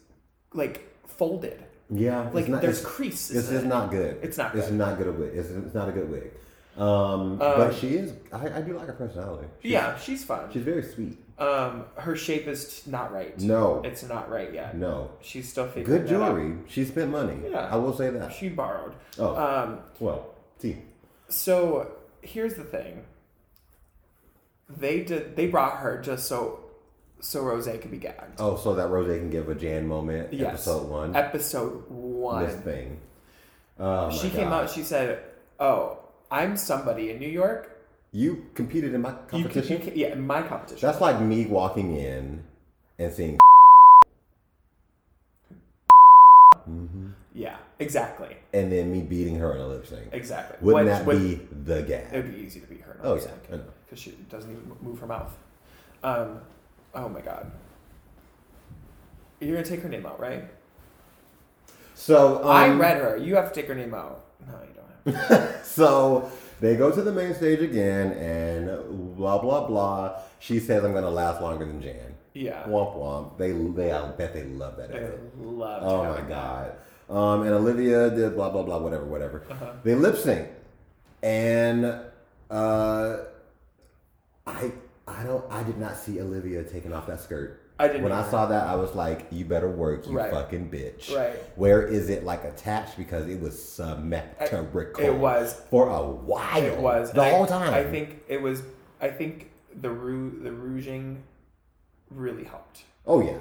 Speaker 3: like folded.
Speaker 4: Yeah.
Speaker 3: Like, there's
Speaker 4: it's-
Speaker 3: creases
Speaker 4: It's
Speaker 3: in
Speaker 4: just
Speaker 3: it.
Speaker 4: not good.
Speaker 3: It's not
Speaker 4: It's
Speaker 3: good.
Speaker 4: not good a wig. It's, it's not a good wig. Um, but she is. I, I do like her personality. She's-
Speaker 3: yeah, she's fun.
Speaker 4: She's very sweet.
Speaker 3: um, her shape is t- not right.
Speaker 4: No.
Speaker 3: it's not right yet.
Speaker 4: No.
Speaker 3: she's still figuring
Speaker 4: Good
Speaker 3: that out.
Speaker 4: jewelry. She spent money.
Speaker 3: Yeah.
Speaker 4: I will say that.
Speaker 3: She borrowed.
Speaker 4: Oh.
Speaker 3: Um,
Speaker 4: well, see.
Speaker 3: So here's the thing. They did. They brought her just so so Rose could be gagged.
Speaker 4: Oh, so that Rose can give a Jan moment.
Speaker 3: Yes.
Speaker 4: Episode one.
Speaker 3: Episode one.
Speaker 4: This thing. Oh my
Speaker 3: she came
Speaker 4: God.
Speaker 3: out. She said, "Oh, I'm somebody in New York.
Speaker 4: You competed in my
Speaker 3: You can-
Speaker 4: competition.
Speaker 3: you can- yeah, my competition.
Speaker 4: That's like me walking in and seeing.
Speaker 3: yeah, exactly,
Speaker 4: And then me beating her in a lip sync.
Speaker 3: exactly.
Speaker 4: Wouldn't
Speaker 3: What-
Speaker 4: that
Speaker 3: what-
Speaker 4: be the gap?
Speaker 3: It'd be easy to beat her.
Speaker 4: Oh, yeah, I know.
Speaker 3: because she doesn't even move her mouth. Um, oh my god. You're gonna take her name out, right?
Speaker 4: So um,
Speaker 3: I read her. You have to take her name out. No, you don't. Have to.
Speaker 4: So they go to the main stage again, and blah blah blah. She says, "I'm gonna last longer than Jan."
Speaker 3: Yeah.
Speaker 4: Womp womp. They they I bet they love that.
Speaker 3: I
Speaker 4: edit.
Speaker 3: loved
Speaker 4: Oh
Speaker 3: having that.
Speaker 4: my god. Um, and Olivia did blah blah blah whatever whatever.
Speaker 3: Uh-huh.
Speaker 4: They lip sync, and uh, I I don't I did not see Olivia taking off that skirt.
Speaker 3: I didn't
Speaker 4: When I
Speaker 3: either.
Speaker 4: saw that, I was like, "You better work, you
Speaker 3: Right.
Speaker 4: fucking bitch."
Speaker 3: Right.
Speaker 4: Where is it like attached? Because it was symmetrical.
Speaker 3: It was.
Speaker 4: for a while.
Speaker 3: It was
Speaker 4: the
Speaker 3: And I-
Speaker 4: whole time.
Speaker 3: I think it was. I think the ru- the rouging really helped.
Speaker 4: Oh yeah,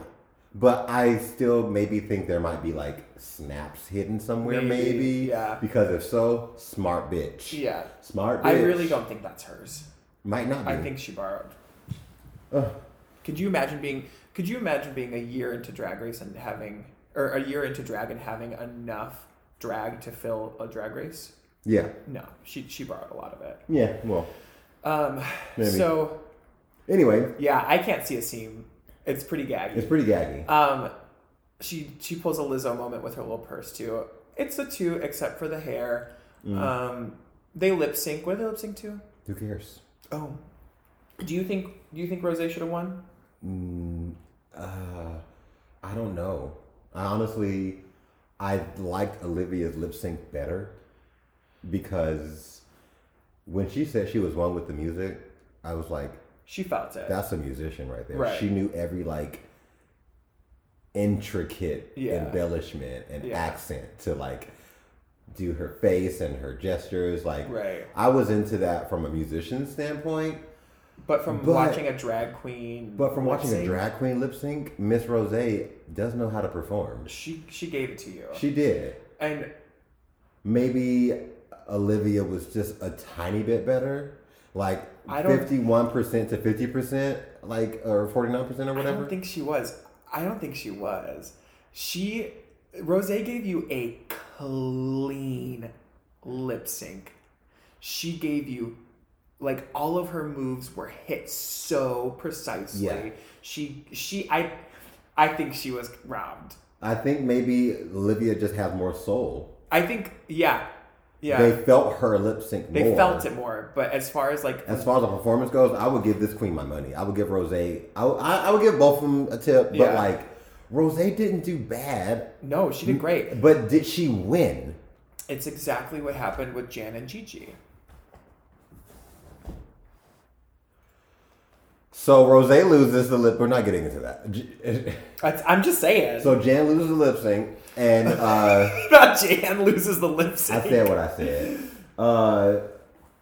Speaker 4: but I still maybe think there might be like snaps hidden somewhere. Maybe,
Speaker 3: Maybe, yeah.
Speaker 4: Because if so, smart bitch.
Speaker 3: Yeah.
Speaker 4: Smart. Bitch.
Speaker 3: I really don't think that's hers.
Speaker 4: Might not be.
Speaker 3: I think she borrowed. Could you imagine being? Could you imagine being a year into Drag Race and having, or a year into drag and having enough drag to fill a Drag Race?
Speaker 4: Yeah.
Speaker 3: No, she she borrowed a lot of it.
Speaker 4: Yeah. Well.
Speaker 3: Um,
Speaker 4: Maybe.
Speaker 3: so
Speaker 4: Anyway,
Speaker 3: yeah, I can't see a seam. It's pretty gaggy.
Speaker 4: it's pretty gaggy.
Speaker 3: Um, she she pulls a Lizzo moment with her little purse too. It's a two except for the hair.
Speaker 4: Mm.
Speaker 3: Um, they lip sync. What did they lip sync to?
Speaker 4: Who cares?
Speaker 3: Oh, do you think do you think Rose should have won?
Speaker 4: Uh, I don't know. I honestly, I liked Olivia's lip sync better because when she said she was one with the music, I was like,
Speaker 3: She felt it.
Speaker 4: That's a musician right there.
Speaker 3: Right.
Speaker 4: She knew every like intricate
Speaker 3: Yeah.
Speaker 4: embellishment and
Speaker 3: Yeah.
Speaker 4: accent to like do her face and her gestures. Like
Speaker 3: Right.
Speaker 4: I was into that from a musician standpoint.
Speaker 3: But from
Speaker 4: But-
Speaker 3: watching a drag queen,
Speaker 4: But from
Speaker 3: lip
Speaker 4: watching a
Speaker 3: sync,
Speaker 4: drag queen lip sync, Miss Rose does know how to perform.
Speaker 3: she she gave it to you,
Speaker 4: She did.
Speaker 3: and
Speaker 4: Maybe Olivia was just a tiny bit better, like
Speaker 3: I don't-
Speaker 4: fifty-one percent to fifty percent, like or forty-nine percent or
Speaker 3: I
Speaker 4: whatever.
Speaker 3: don't think she was. I don't think she was. She Rose gave you a clean lip sync. She gave you like all of her moves were hit so precisely.
Speaker 4: Yeah.
Speaker 3: She she I I think she was robbed.
Speaker 4: I think maybe Olivia just has more soul.
Speaker 3: I think yeah. Yeah.
Speaker 4: They
Speaker 3: They,
Speaker 4: felt her lip sync. more.
Speaker 3: felt it more, but as far as like
Speaker 4: As far as the performance goes, I would give this queen my money. I would give Rose. I, I, I would give both of them a tip, but
Speaker 3: Yeah.
Speaker 4: like Rose didn't do bad.
Speaker 3: no, she
Speaker 4: Mm.
Speaker 3: did great.
Speaker 4: But did she win?
Speaker 3: It's exactly what happened with Jan and Gigi.
Speaker 4: So Rose loses the lip. We're not getting into that. J-
Speaker 3: That's, I'm just saying.
Speaker 4: So Jan loses the lip sync, and uh,
Speaker 3: not Jan loses the lip
Speaker 4: I
Speaker 3: sync.
Speaker 4: said what I said. Uh,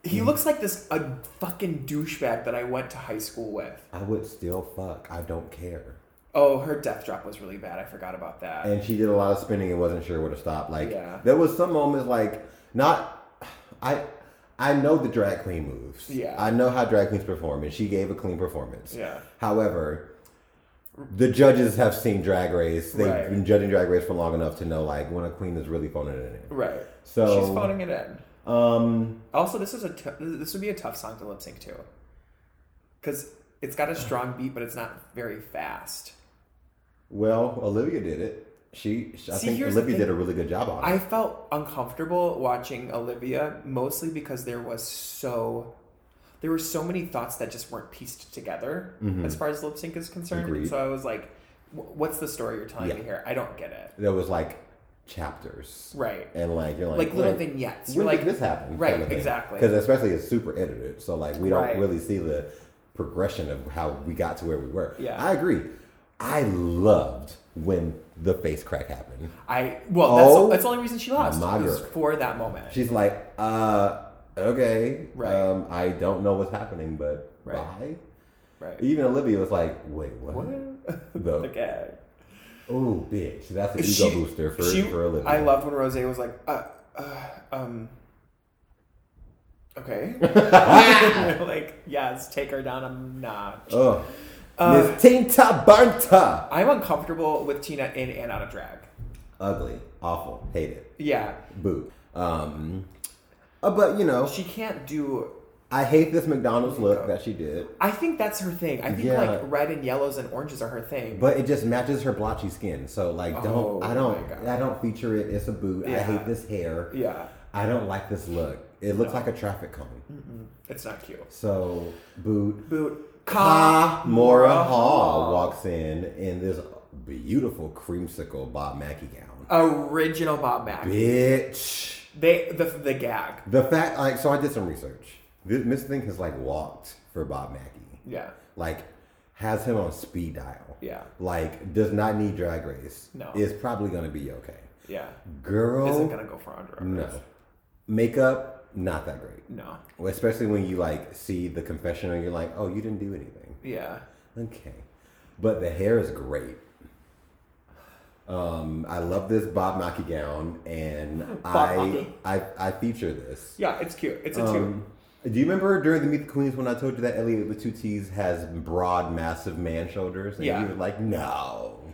Speaker 3: He looks like this a fucking douchebag that I went to high school with.
Speaker 4: I would still fuck. I don't care.
Speaker 3: Oh, her death drop was really bad. I forgot about that.
Speaker 4: and she did a lot of spinning and wasn't sure where to stop. Like
Speaker 3: Yeah.
Speaker 4: there was some moments like not I I know the drag queen moves.
Speaker 3: Yeah.
Speaker 4: I know how drag queens perform and she gave a clean performance.
Speaker 3: Yeah.
Speaker 4: However, the judges have seen drag race. They've
Speaker 3: Right.
Speaker 4: been judging drag race for long enough to know like when a queen is really phoning it in.
Speaker 3: right.
Speaker 4: So-
Speaker 3: she's phoning it in.
Speaker 4: Um
Speaker 3: Also, this is a t- this would be a tough song to lip sync to, because it's got a strong beat, but it's not very fast.
Speaker 4: well, Olivia did it. She I
Speaker 3: See,
Speaker 4: think
Speaker 3: here's the
Speaker 4: Olivia
Speaker 3: thing.
Speaker 4: did a really good job on it.
Speaker 3: I felt uncomfortable watching Olivia mostly because there was so there were so many thoughts that just weren't pieced together as far as lip sync is concerned.
Speaker 4: Mm-hmm. Agreed.
Speaker 3: So I was like, "Wh- "What's the story you're telling
Speaker 4: Yeah.
Speaker 3: me here? I don't get it."
Speaker 4: there was like chapters.
Speaker 3: Right.
Speaker 4: And like you're like
Speaker 3: like little
Speaker 4: wait,
Speaker 3: vignettes.
Speaker 4: when
Speaker 3: You're like
Speaker 4: did this happen?
Speaker 3: Right, exactly.
Speaker 4: Because especially it's super edited, so like we don't
Speaker 3: Right.
Speaker 4: really see the progression of how we got to where we were.
Speaker 3: Yeah.
Speaker 4: I agree. I loved when the face crack happened.
Speaker 3: I well, that's,
Speaker 4: Oh,
Speaker 3: that's the only reason she lost
Speaker 4: my
Speaker 3: was
Speaker 4: girl.
Speaker 3: for that moment.
Speaker 4: She's like, uh, okay,
Speaker 3: Right.
Speaker 4: um, I don't know what's happening, but
Speaker 3: Right.
Speaker 4: why?
Speaker 3: right.
Speaker 4: Even Olivia was like, wait, what?
Speaker 3: What?
Speaker 4: The,
Speaker 3: okay.
Speaker 4: Oh, bitch, that's an ego booster for,
Speaker 3: she-
Speaker 4: for Olivia.
Speaker 3: I loved when Rose was like, uh, uh, um, okay, like yes, take her down a notch.
Speaker 4: Ugh. Oh.
Speaker 3: Uh,
Speaker 4: Miss Tinta Banta.
Speaker 3: I'm uncomfortable with Tina in and out of drag.
Speaker 4: Ugly, awful, hate it.
Speaker 3: Yeah,
Speaker 4: Boo. Um, uh, but you know,
Speaker 3: she can't do.
Speaker 4: I hate this McDonald's look that she did,
Speaker 3: I think that's her thing. I think
Speaker 4: Yeah.
Speaker 3: like red and yellows and oranges are her thing.
Speaker 4: but it just matches her blotchy skin. So like,
Speaker 3: Oh,
Speaker 4: don't I don't
Speaker 3: my God.
Speaker 4: I don't feature it. It's a boot. I
Speaker 3: Yeah.
Speaker 4: hate this hair.
Speaker 3: yeah,
Speaker 4: I don't like this look. It looks like a traffic cone.
Speaker 3: it's not cute.
Speaker 4: So boot.
Speaker 3: Boot.
Speaker 4: Ka Mora
Speaker 3: Mora
Speaker 4: Hall walks in in this beautiful creamsicle Bob Mackie gown.
Speaker 3: Original Bob Mack.
Speaker 4: Bitch.
Speaker 3: They the the gag.
Speaker 4: The fact, like, so I did some research. This Miss Thing has like walked for Bob Mackie.
Speaker 3: Yeah.
Speaker 4: like has him on speed dial.
Speaker 3: Yeah.
Speaker 4: Like does not need drag race.
Speaker 3: No.
Speaker 4: Is probably gonna be okay.
Speaker 3: Yeah.
Speaker 4: Girl
Speaker 3: Isn't gonna go for Andre.
Speaker 4: No. Makeup, not that great.
Speaker 3: No.
Speaker 4: Well, Especially when you like see the confessional, you're like, oh, you didn't do anything.
Speaker 3: Yeah.
Speaker 4: Okay. But the hair is great. Um, I love this Bob Mackie gown and I,
Speaker 3: Mackie.
Speaker 4: I I feature this.
Speaker 3: Yeah, it's cute. It's a
Speaker 4: Um, do you remember during the Meet the Queens when I told you that Elliot with two T's has broad, massive man shoulders? And
Speaker 3: Yeah.
Speaker 4: you were like, no.
Speaker 3: two.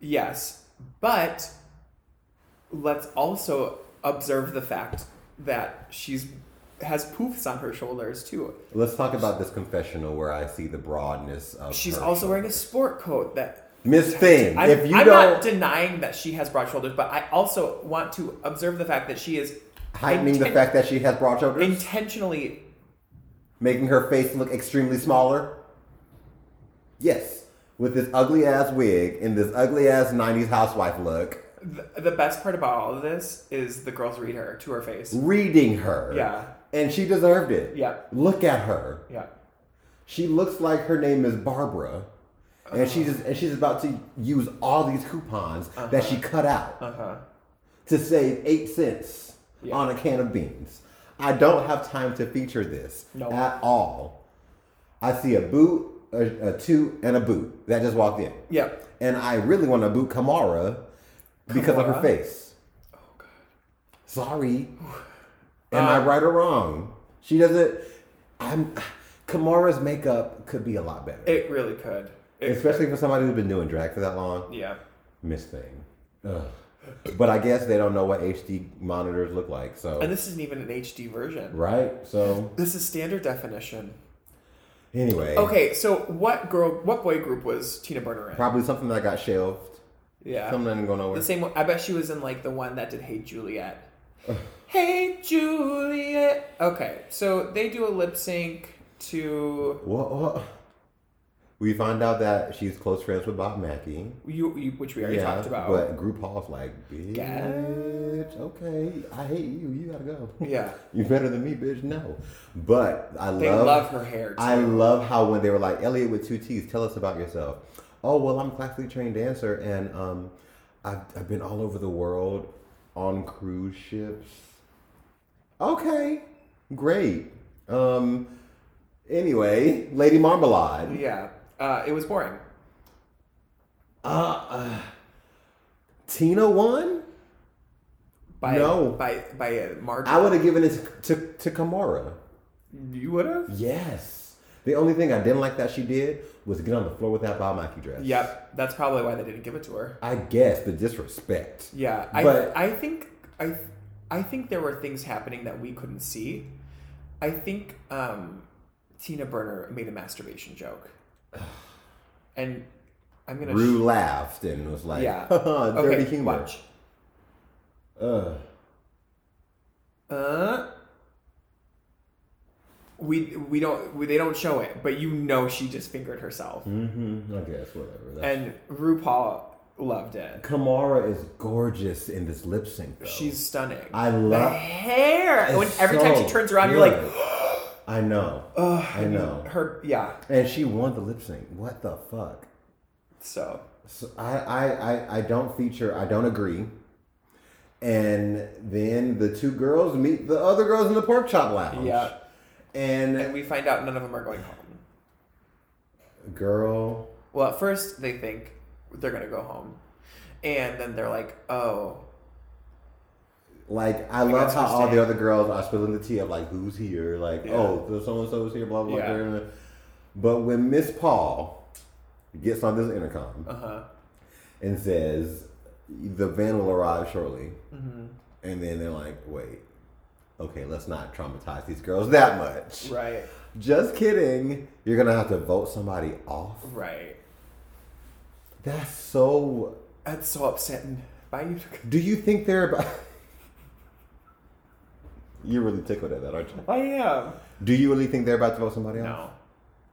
Speaker 3: Yes. But let's also observe the fact that she's has poofs on her shoulders too.
Speaker 4: Let's talk about this confessional where I see the broadness of.
Speaker 3: She's
Speaker 4: her
Speaker 3: also wearing a
Speaker 4: shoulders.
Speaker 3: sport coat that
Speaker 4: Miss Thing.
Speaker 3: I'm,
Speaker 4: if you
Speaker 3: I'm
Speaker 4: don't
Speaker 3: not denying that she has broad shoulders, but I also want to observe the fact that she is
Speaker 4: heightening the
Speaker 3: inten-
Speaker 4: fact that she has broad shoulders,
Speaker 3: intentionally
Speaker 4: making her face look extremely smaller. Yes, with this ugly ass wig and this ugly ass '90s housewife look.
Speaker 3: the, the best part about all of this is the girls read her to her face.
Speaker 4: Reading her.
Speaker 3: Yeah.
Speaker 4: And she deserved it.
Speaker 3: Yeah.
Speaker 4: Look at her.
Speaker 3: Yeah.
Speaker 4: She looks like her name is Barbara. And she's and she's about to use all these coupons that she cut out
Speaker 3: Uh-huh.
Speaker 4: to save eight cents
Speaker 3: Yeah.
Speaker 4: on a can of beans. I don't have time to feature this
Speaker 3: No.
Speaker 4: at all. I see a boot, a, a two, and a boot that just walked in.
Speaker 3: Yep.
Speaker 4: And I really want to boot Kamara because of her
Speaker 3: Kamara?
Speaker 4: face. Sorry. Am
Speaker 3: Ah.
Speaker 4: I right or wrong? She doesn't. I'm. Kamara's makeup could be a lot better,
Speaker 3: It really could. It
Speaker 4: especially for somebody who's been doing drag for that long.
Speaker 3: could. Yeah.
Speaker 4: Miss thing. Ugh. But I guess they don't know what HD monitors look like. So
Speaker 3: And this isn't even an HD version.
Speaker 4: right. So
Speaker 3: This is standard definition.
Speaker 4: anyway,
Speaker 3: Okay, so what girl, what boy group was Tina Burner in?
Speaker 4: Probably something that got shelved.
Speaker 3: yeah.
Speaker 4: Something that didn't go nowhere.
Speaker 3: The same one. I bet she was in like the one that did "Hey Juliet." hey Juliet. Okay, so they do a lip sync to
Speaker 4: What, what? We find out that she's close friends with Bob Mackey.
Speaker 3: you, you which we already talked about.
Speaker 4: But Group Hall's like, bitch,
Speaker 3: Yeah.
Speaker 4: okay, I hate you. You gotta go.
Speaker 3: Yeah.
Speaker 4: You're better than me, bitch. No. But I
Speaker 3: They
Speaker 4: love,
Speaker 3: love her hair, too.
Speaker 4: I love how when they were like, Elliot with two T's, tell us about yourself. Oh, well, I'm a classically trained dancer and um, I've, I've been all over the world on cruise ships. Okay, great. Um, anyway, Lady Marmalade.
Speaker 3: Yeah. Uh, it was boring.
Speaker 4: Uh, uh, Tina won?
Speaker 3: By
Speaker 4: No.
Speaker 3: By by a margin.
Speaker 4: I would have given it to, to, to Kamara.
Speaker 3: you would have.
Speaker 4: Yes. The only thing I didn't like that she did was get on the floor with that Bob Mackie dress.
Speaker 3: Yep. That's probably why they didn't give it to her.
Speaker 4: I guess the disrespect.
Speaker 3: Yeah, I
Speaker 4: But-
Speaker 3: I think I I think there were things happening that we couldn't see. I think um, Tina Burner made a masturbation joke, and I'm gonna
Speaker 4: Rue laughed and was like,
Speaker 3: yeah
Speaker 4: dirty
Speaker 3: okay,
Speaker 4: humor.
Speaker 3: Watch.
Speaker 4: Ugh.
Speaker 3: Uh, we we don't we, they don't show it, but you know she just fingered herself,
Speaker 4: Mm-hmm. I guess, whatever. That's-
Speaker 3: and RuPaul loved it.
Speaker 4: Kamara is gorgeous in this lip sync, though.
Speaker 3: She's stunning.
Speaker 4: I
Speaker 3: the
Speaker 4: love-
Speaker 3: hair.
Speaker 4: It's
Speaker 3: When, every time
Speaker 4: so
Speaker 3: she turns around, you're like.
Speaker 4: good. I know. I know.
Speaker 3: Her, yeah.
Speaker 4: And she won the lip sync. What the fuck?
Speaker 3: So
Speaker 4: So I, I, I, I don't feature, I don't agree. And then the two girls meet the other girls in the pork chop lounge.
Speaker 3: Yeah. and
Speaker 4: And
Speaker 3: we find out none of them are going home.
Speaker 4: girl,
Speaker 3: Well, at first they think they're gonna go home, and then they're like, "Oh,
Speaker 4: like I,
Speaker 3: guess
Speaker 4: love how
Speaker 3: we're
Speaker 4: all
Speaker 3: staying.
Speaker 4: the other girls are spilling the tea of like who's here, like
Speaker 3: Yeah.
Speaker 4: oh so and so is here, blah blah
Speaker 3: Yeah.
Speaker 4: blah. But when Miss Paul gets on this intercom
Speaker 3: uh huh,
Speaker 4: and says the van will arrive shortly,
Speaker 3: Mm-hmm.
Speaker 4: and then they're like, wait, okay, let's not traumatize these girls that much.
Speaker 3: right,
Speaker 4: Just kidding. You're gonna have to vote somebody off.
Speaker 3: right."
Speaker 4: That's so.
Speaker 3: That's so upsetting. Bye, you.
Speaker 4: Do you think they're about? You're really tickled at that, aren't you?
Speaker 3: I am.
Speaker 4: Do you really think they're about to vote somebody off?
Speaker 3: No,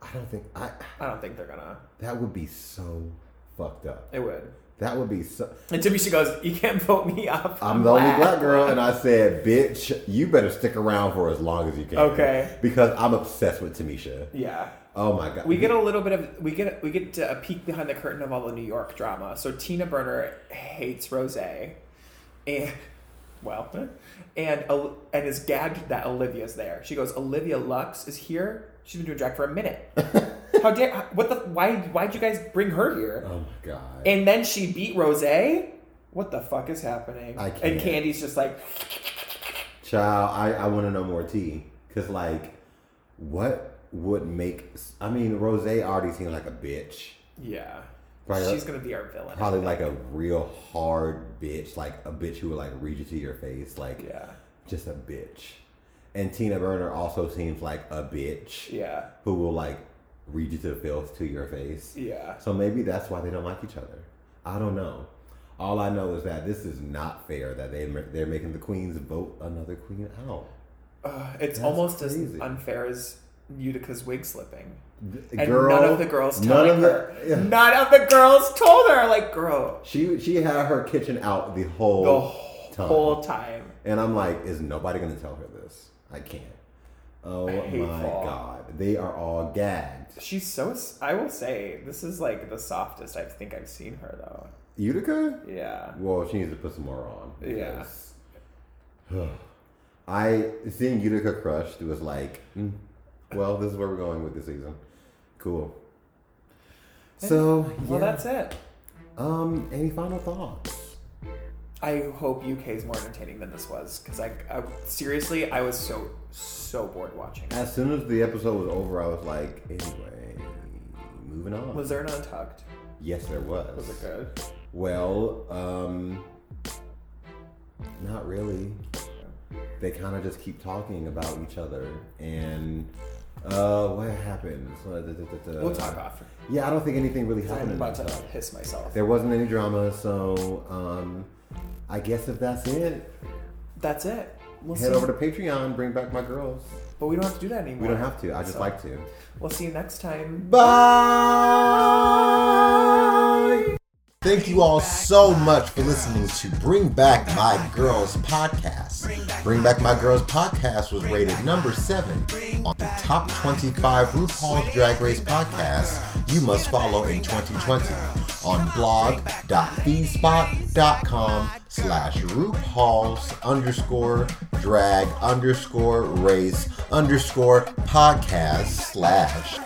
Speaker 4: I don't think. I.
Speaker 3: I don't think they're gonna.
Speaker 4: That would be so fucked up.
Speaker 3: It would.
Speaker 4: That would be so.
Speaker 3: And Timmy, she goes, "You can't vote me off.
Speaker 4: I'm the only black girl, and I said, "Bitch, you better stick around for as long as you can."
Speaker 3: Okay.
Speaker 4: Because I'm obsessed with Tamisha.
Speaker 3: Yeah.
Speaker 4: Oh my god.
Speaker 3: We get a little bit of we get we get a peek behind the curtain of all the New York drama. So Tina Burner hates Rose, and well, and Ol- and is gagged that Olivia's there. She goes, Olivia Lux is here. She's been doing drag for a minute. How dare what the why why'd you guys bring her here?
Speaker 4: Oh my god.
Speaker 3: And then she beat Rose. What the fuck is happening?
Speaker 4: I
Speaker 3: And
Speaker 4: can't.
Speaker 3: Candy's just like,
Speaker 4: Child, I, I want to know more tea. Cause like, what would make? I mean, Rose already seemed like a bitch.
Speaker 3: yeah,
Speaker 4: Right,
Speaker 3: she's
Speaker 4: uh,
Speaker 3: gonna be our villain.
Speaker 4: Probably like a real hard bitch, like a bitch who would like read you to your face, like
Speaker 3: Yeah,
Speaker 4: just a bitch. And Tina Burner also seems like a bitch
Speaker 3: yeah,
Speaker 4: who will like read you to the filth to your face.
Speaker 3: yeah.
Speaker 4: So maybe that's why they don't like each other. I don't know. All I know is that this is not fair that they they're making the queens vote another queen out.
Speaker 3: Uh, it's
Speaker 4: That's
Speaker 3: almost as
Speaker 4: crazy.
Speaker 3: unfair as Utica's wig slipping.
Speaker 4: The
Speaker 3: And
Speaker 4: girl-
Speaker 3: none of the girls telling
Speaker 4: none of
Speaker 3: her.
Speaker 4: the- yeah.
Speaker 3: None of the girls told her. Like, girl,
Speaker 4: She she had her kitchen out the whole
Speaker 3: the whole
Speaker 4: time.
Speaker 3: time.
Speaker 4: and I'm like, is nobody gonna tell her this? I can't. Oh
Speaker 3: Hateful.
Speaker 4: my god, they are all gagged.
Speaker 3: She's so. s- I will say, this is like the softest I think I've seen her though.
Speaker 4: Utica?
Speaker 3: Yeah.
Speaker 4: Well, she needs to put some more on.
Speaker 3: Yeah.
Speaker 4: because- I seeing Utica crushed was like, mm, well, this is where we're going with this season.
Speaker 7: Cool. So
Speaker 3: Well,
Speaker 7: yeah.
Speaker 3: that's it.
Speaker 7: um. Any final thoughts?
Speaker 3: I hope UK is more entertaining than this was because I, I seriously I was so so bored watching.
Speaker 7: As soon as the episode was over, I was like, anyway, moving on.
Speaker 3: Was there an untucked?
Speaker 7: yes, there was.
Speaker 3: Was it good?
Speaker 7: Well, um, not really. They kind of just keep talking about each other and uh, what happens. Uh, da- da- da- da.
Speaker 3: We'll talk after.
Speaker 7: Yeah, I don't think anything really happened.
Speaker 3: I'm
Speaker 7: in
Speaker 3: about
Speaker 7: that
Speaker 3: to
Speaker 7: stuff.
Speaker 3: piss myself.
Speaker 7: There wasn't any drama, so um, I guess if that's it,
Speaker 3: That's it. We'll
Speaker 7: head
Speaker 3: see.
Speaker 7: over to Patreon, bring back my girls.
Speaker 3: but we don't have to do that anymore.
Speaker 7: We don't have to. I just
Speaker 3: So,
Speaker 7: like to.
Speaker 3: We'll see you next time.
Speaker 7: Bye.
Speaker 4: Thank you all so much for listening to Bring Back My Girls podcast. Bring Back My Girls podcast was rated number seven on the top 25 RuPaul's Drag Race podcasts you must follow in 2020 on blog.feedspot.com slash RuPaul's underscore drag underscore race underscore podcast slash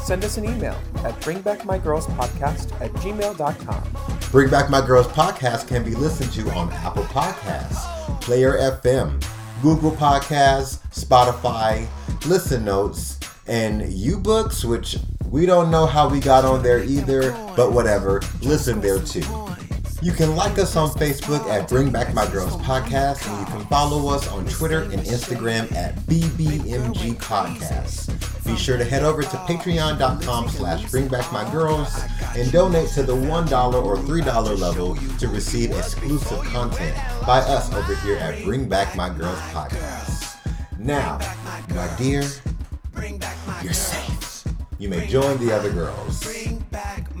Speaker 3: Send us an email at bringbackmygirlspodcast at gmail.com.
Speaker 4: Bring Back My Girls podcast can be listened to on Apple Podcasts, Player FM, Google Podcasts, Spotify, Listen Notes, and UBooks, which we don't know how we got on there either, but whatever, listen there too. You can like us on Facebook at Bring Back My Girls Podcast, and you can follow us on Twitter and Instagram at BBMG Podcast. Be sure to head over to patreon.com slash Bring Back My Girls and donate to the $1 or $3 level to receive exclusive content by us over here at Bring Back My Girls Podcast. Now, my dear,
Speaker 8: Bring back my
Speaker 4: you're
Speaker 8: girls.
Speaker 4: safe. You may join the other girls.
Speaker 8: Bring back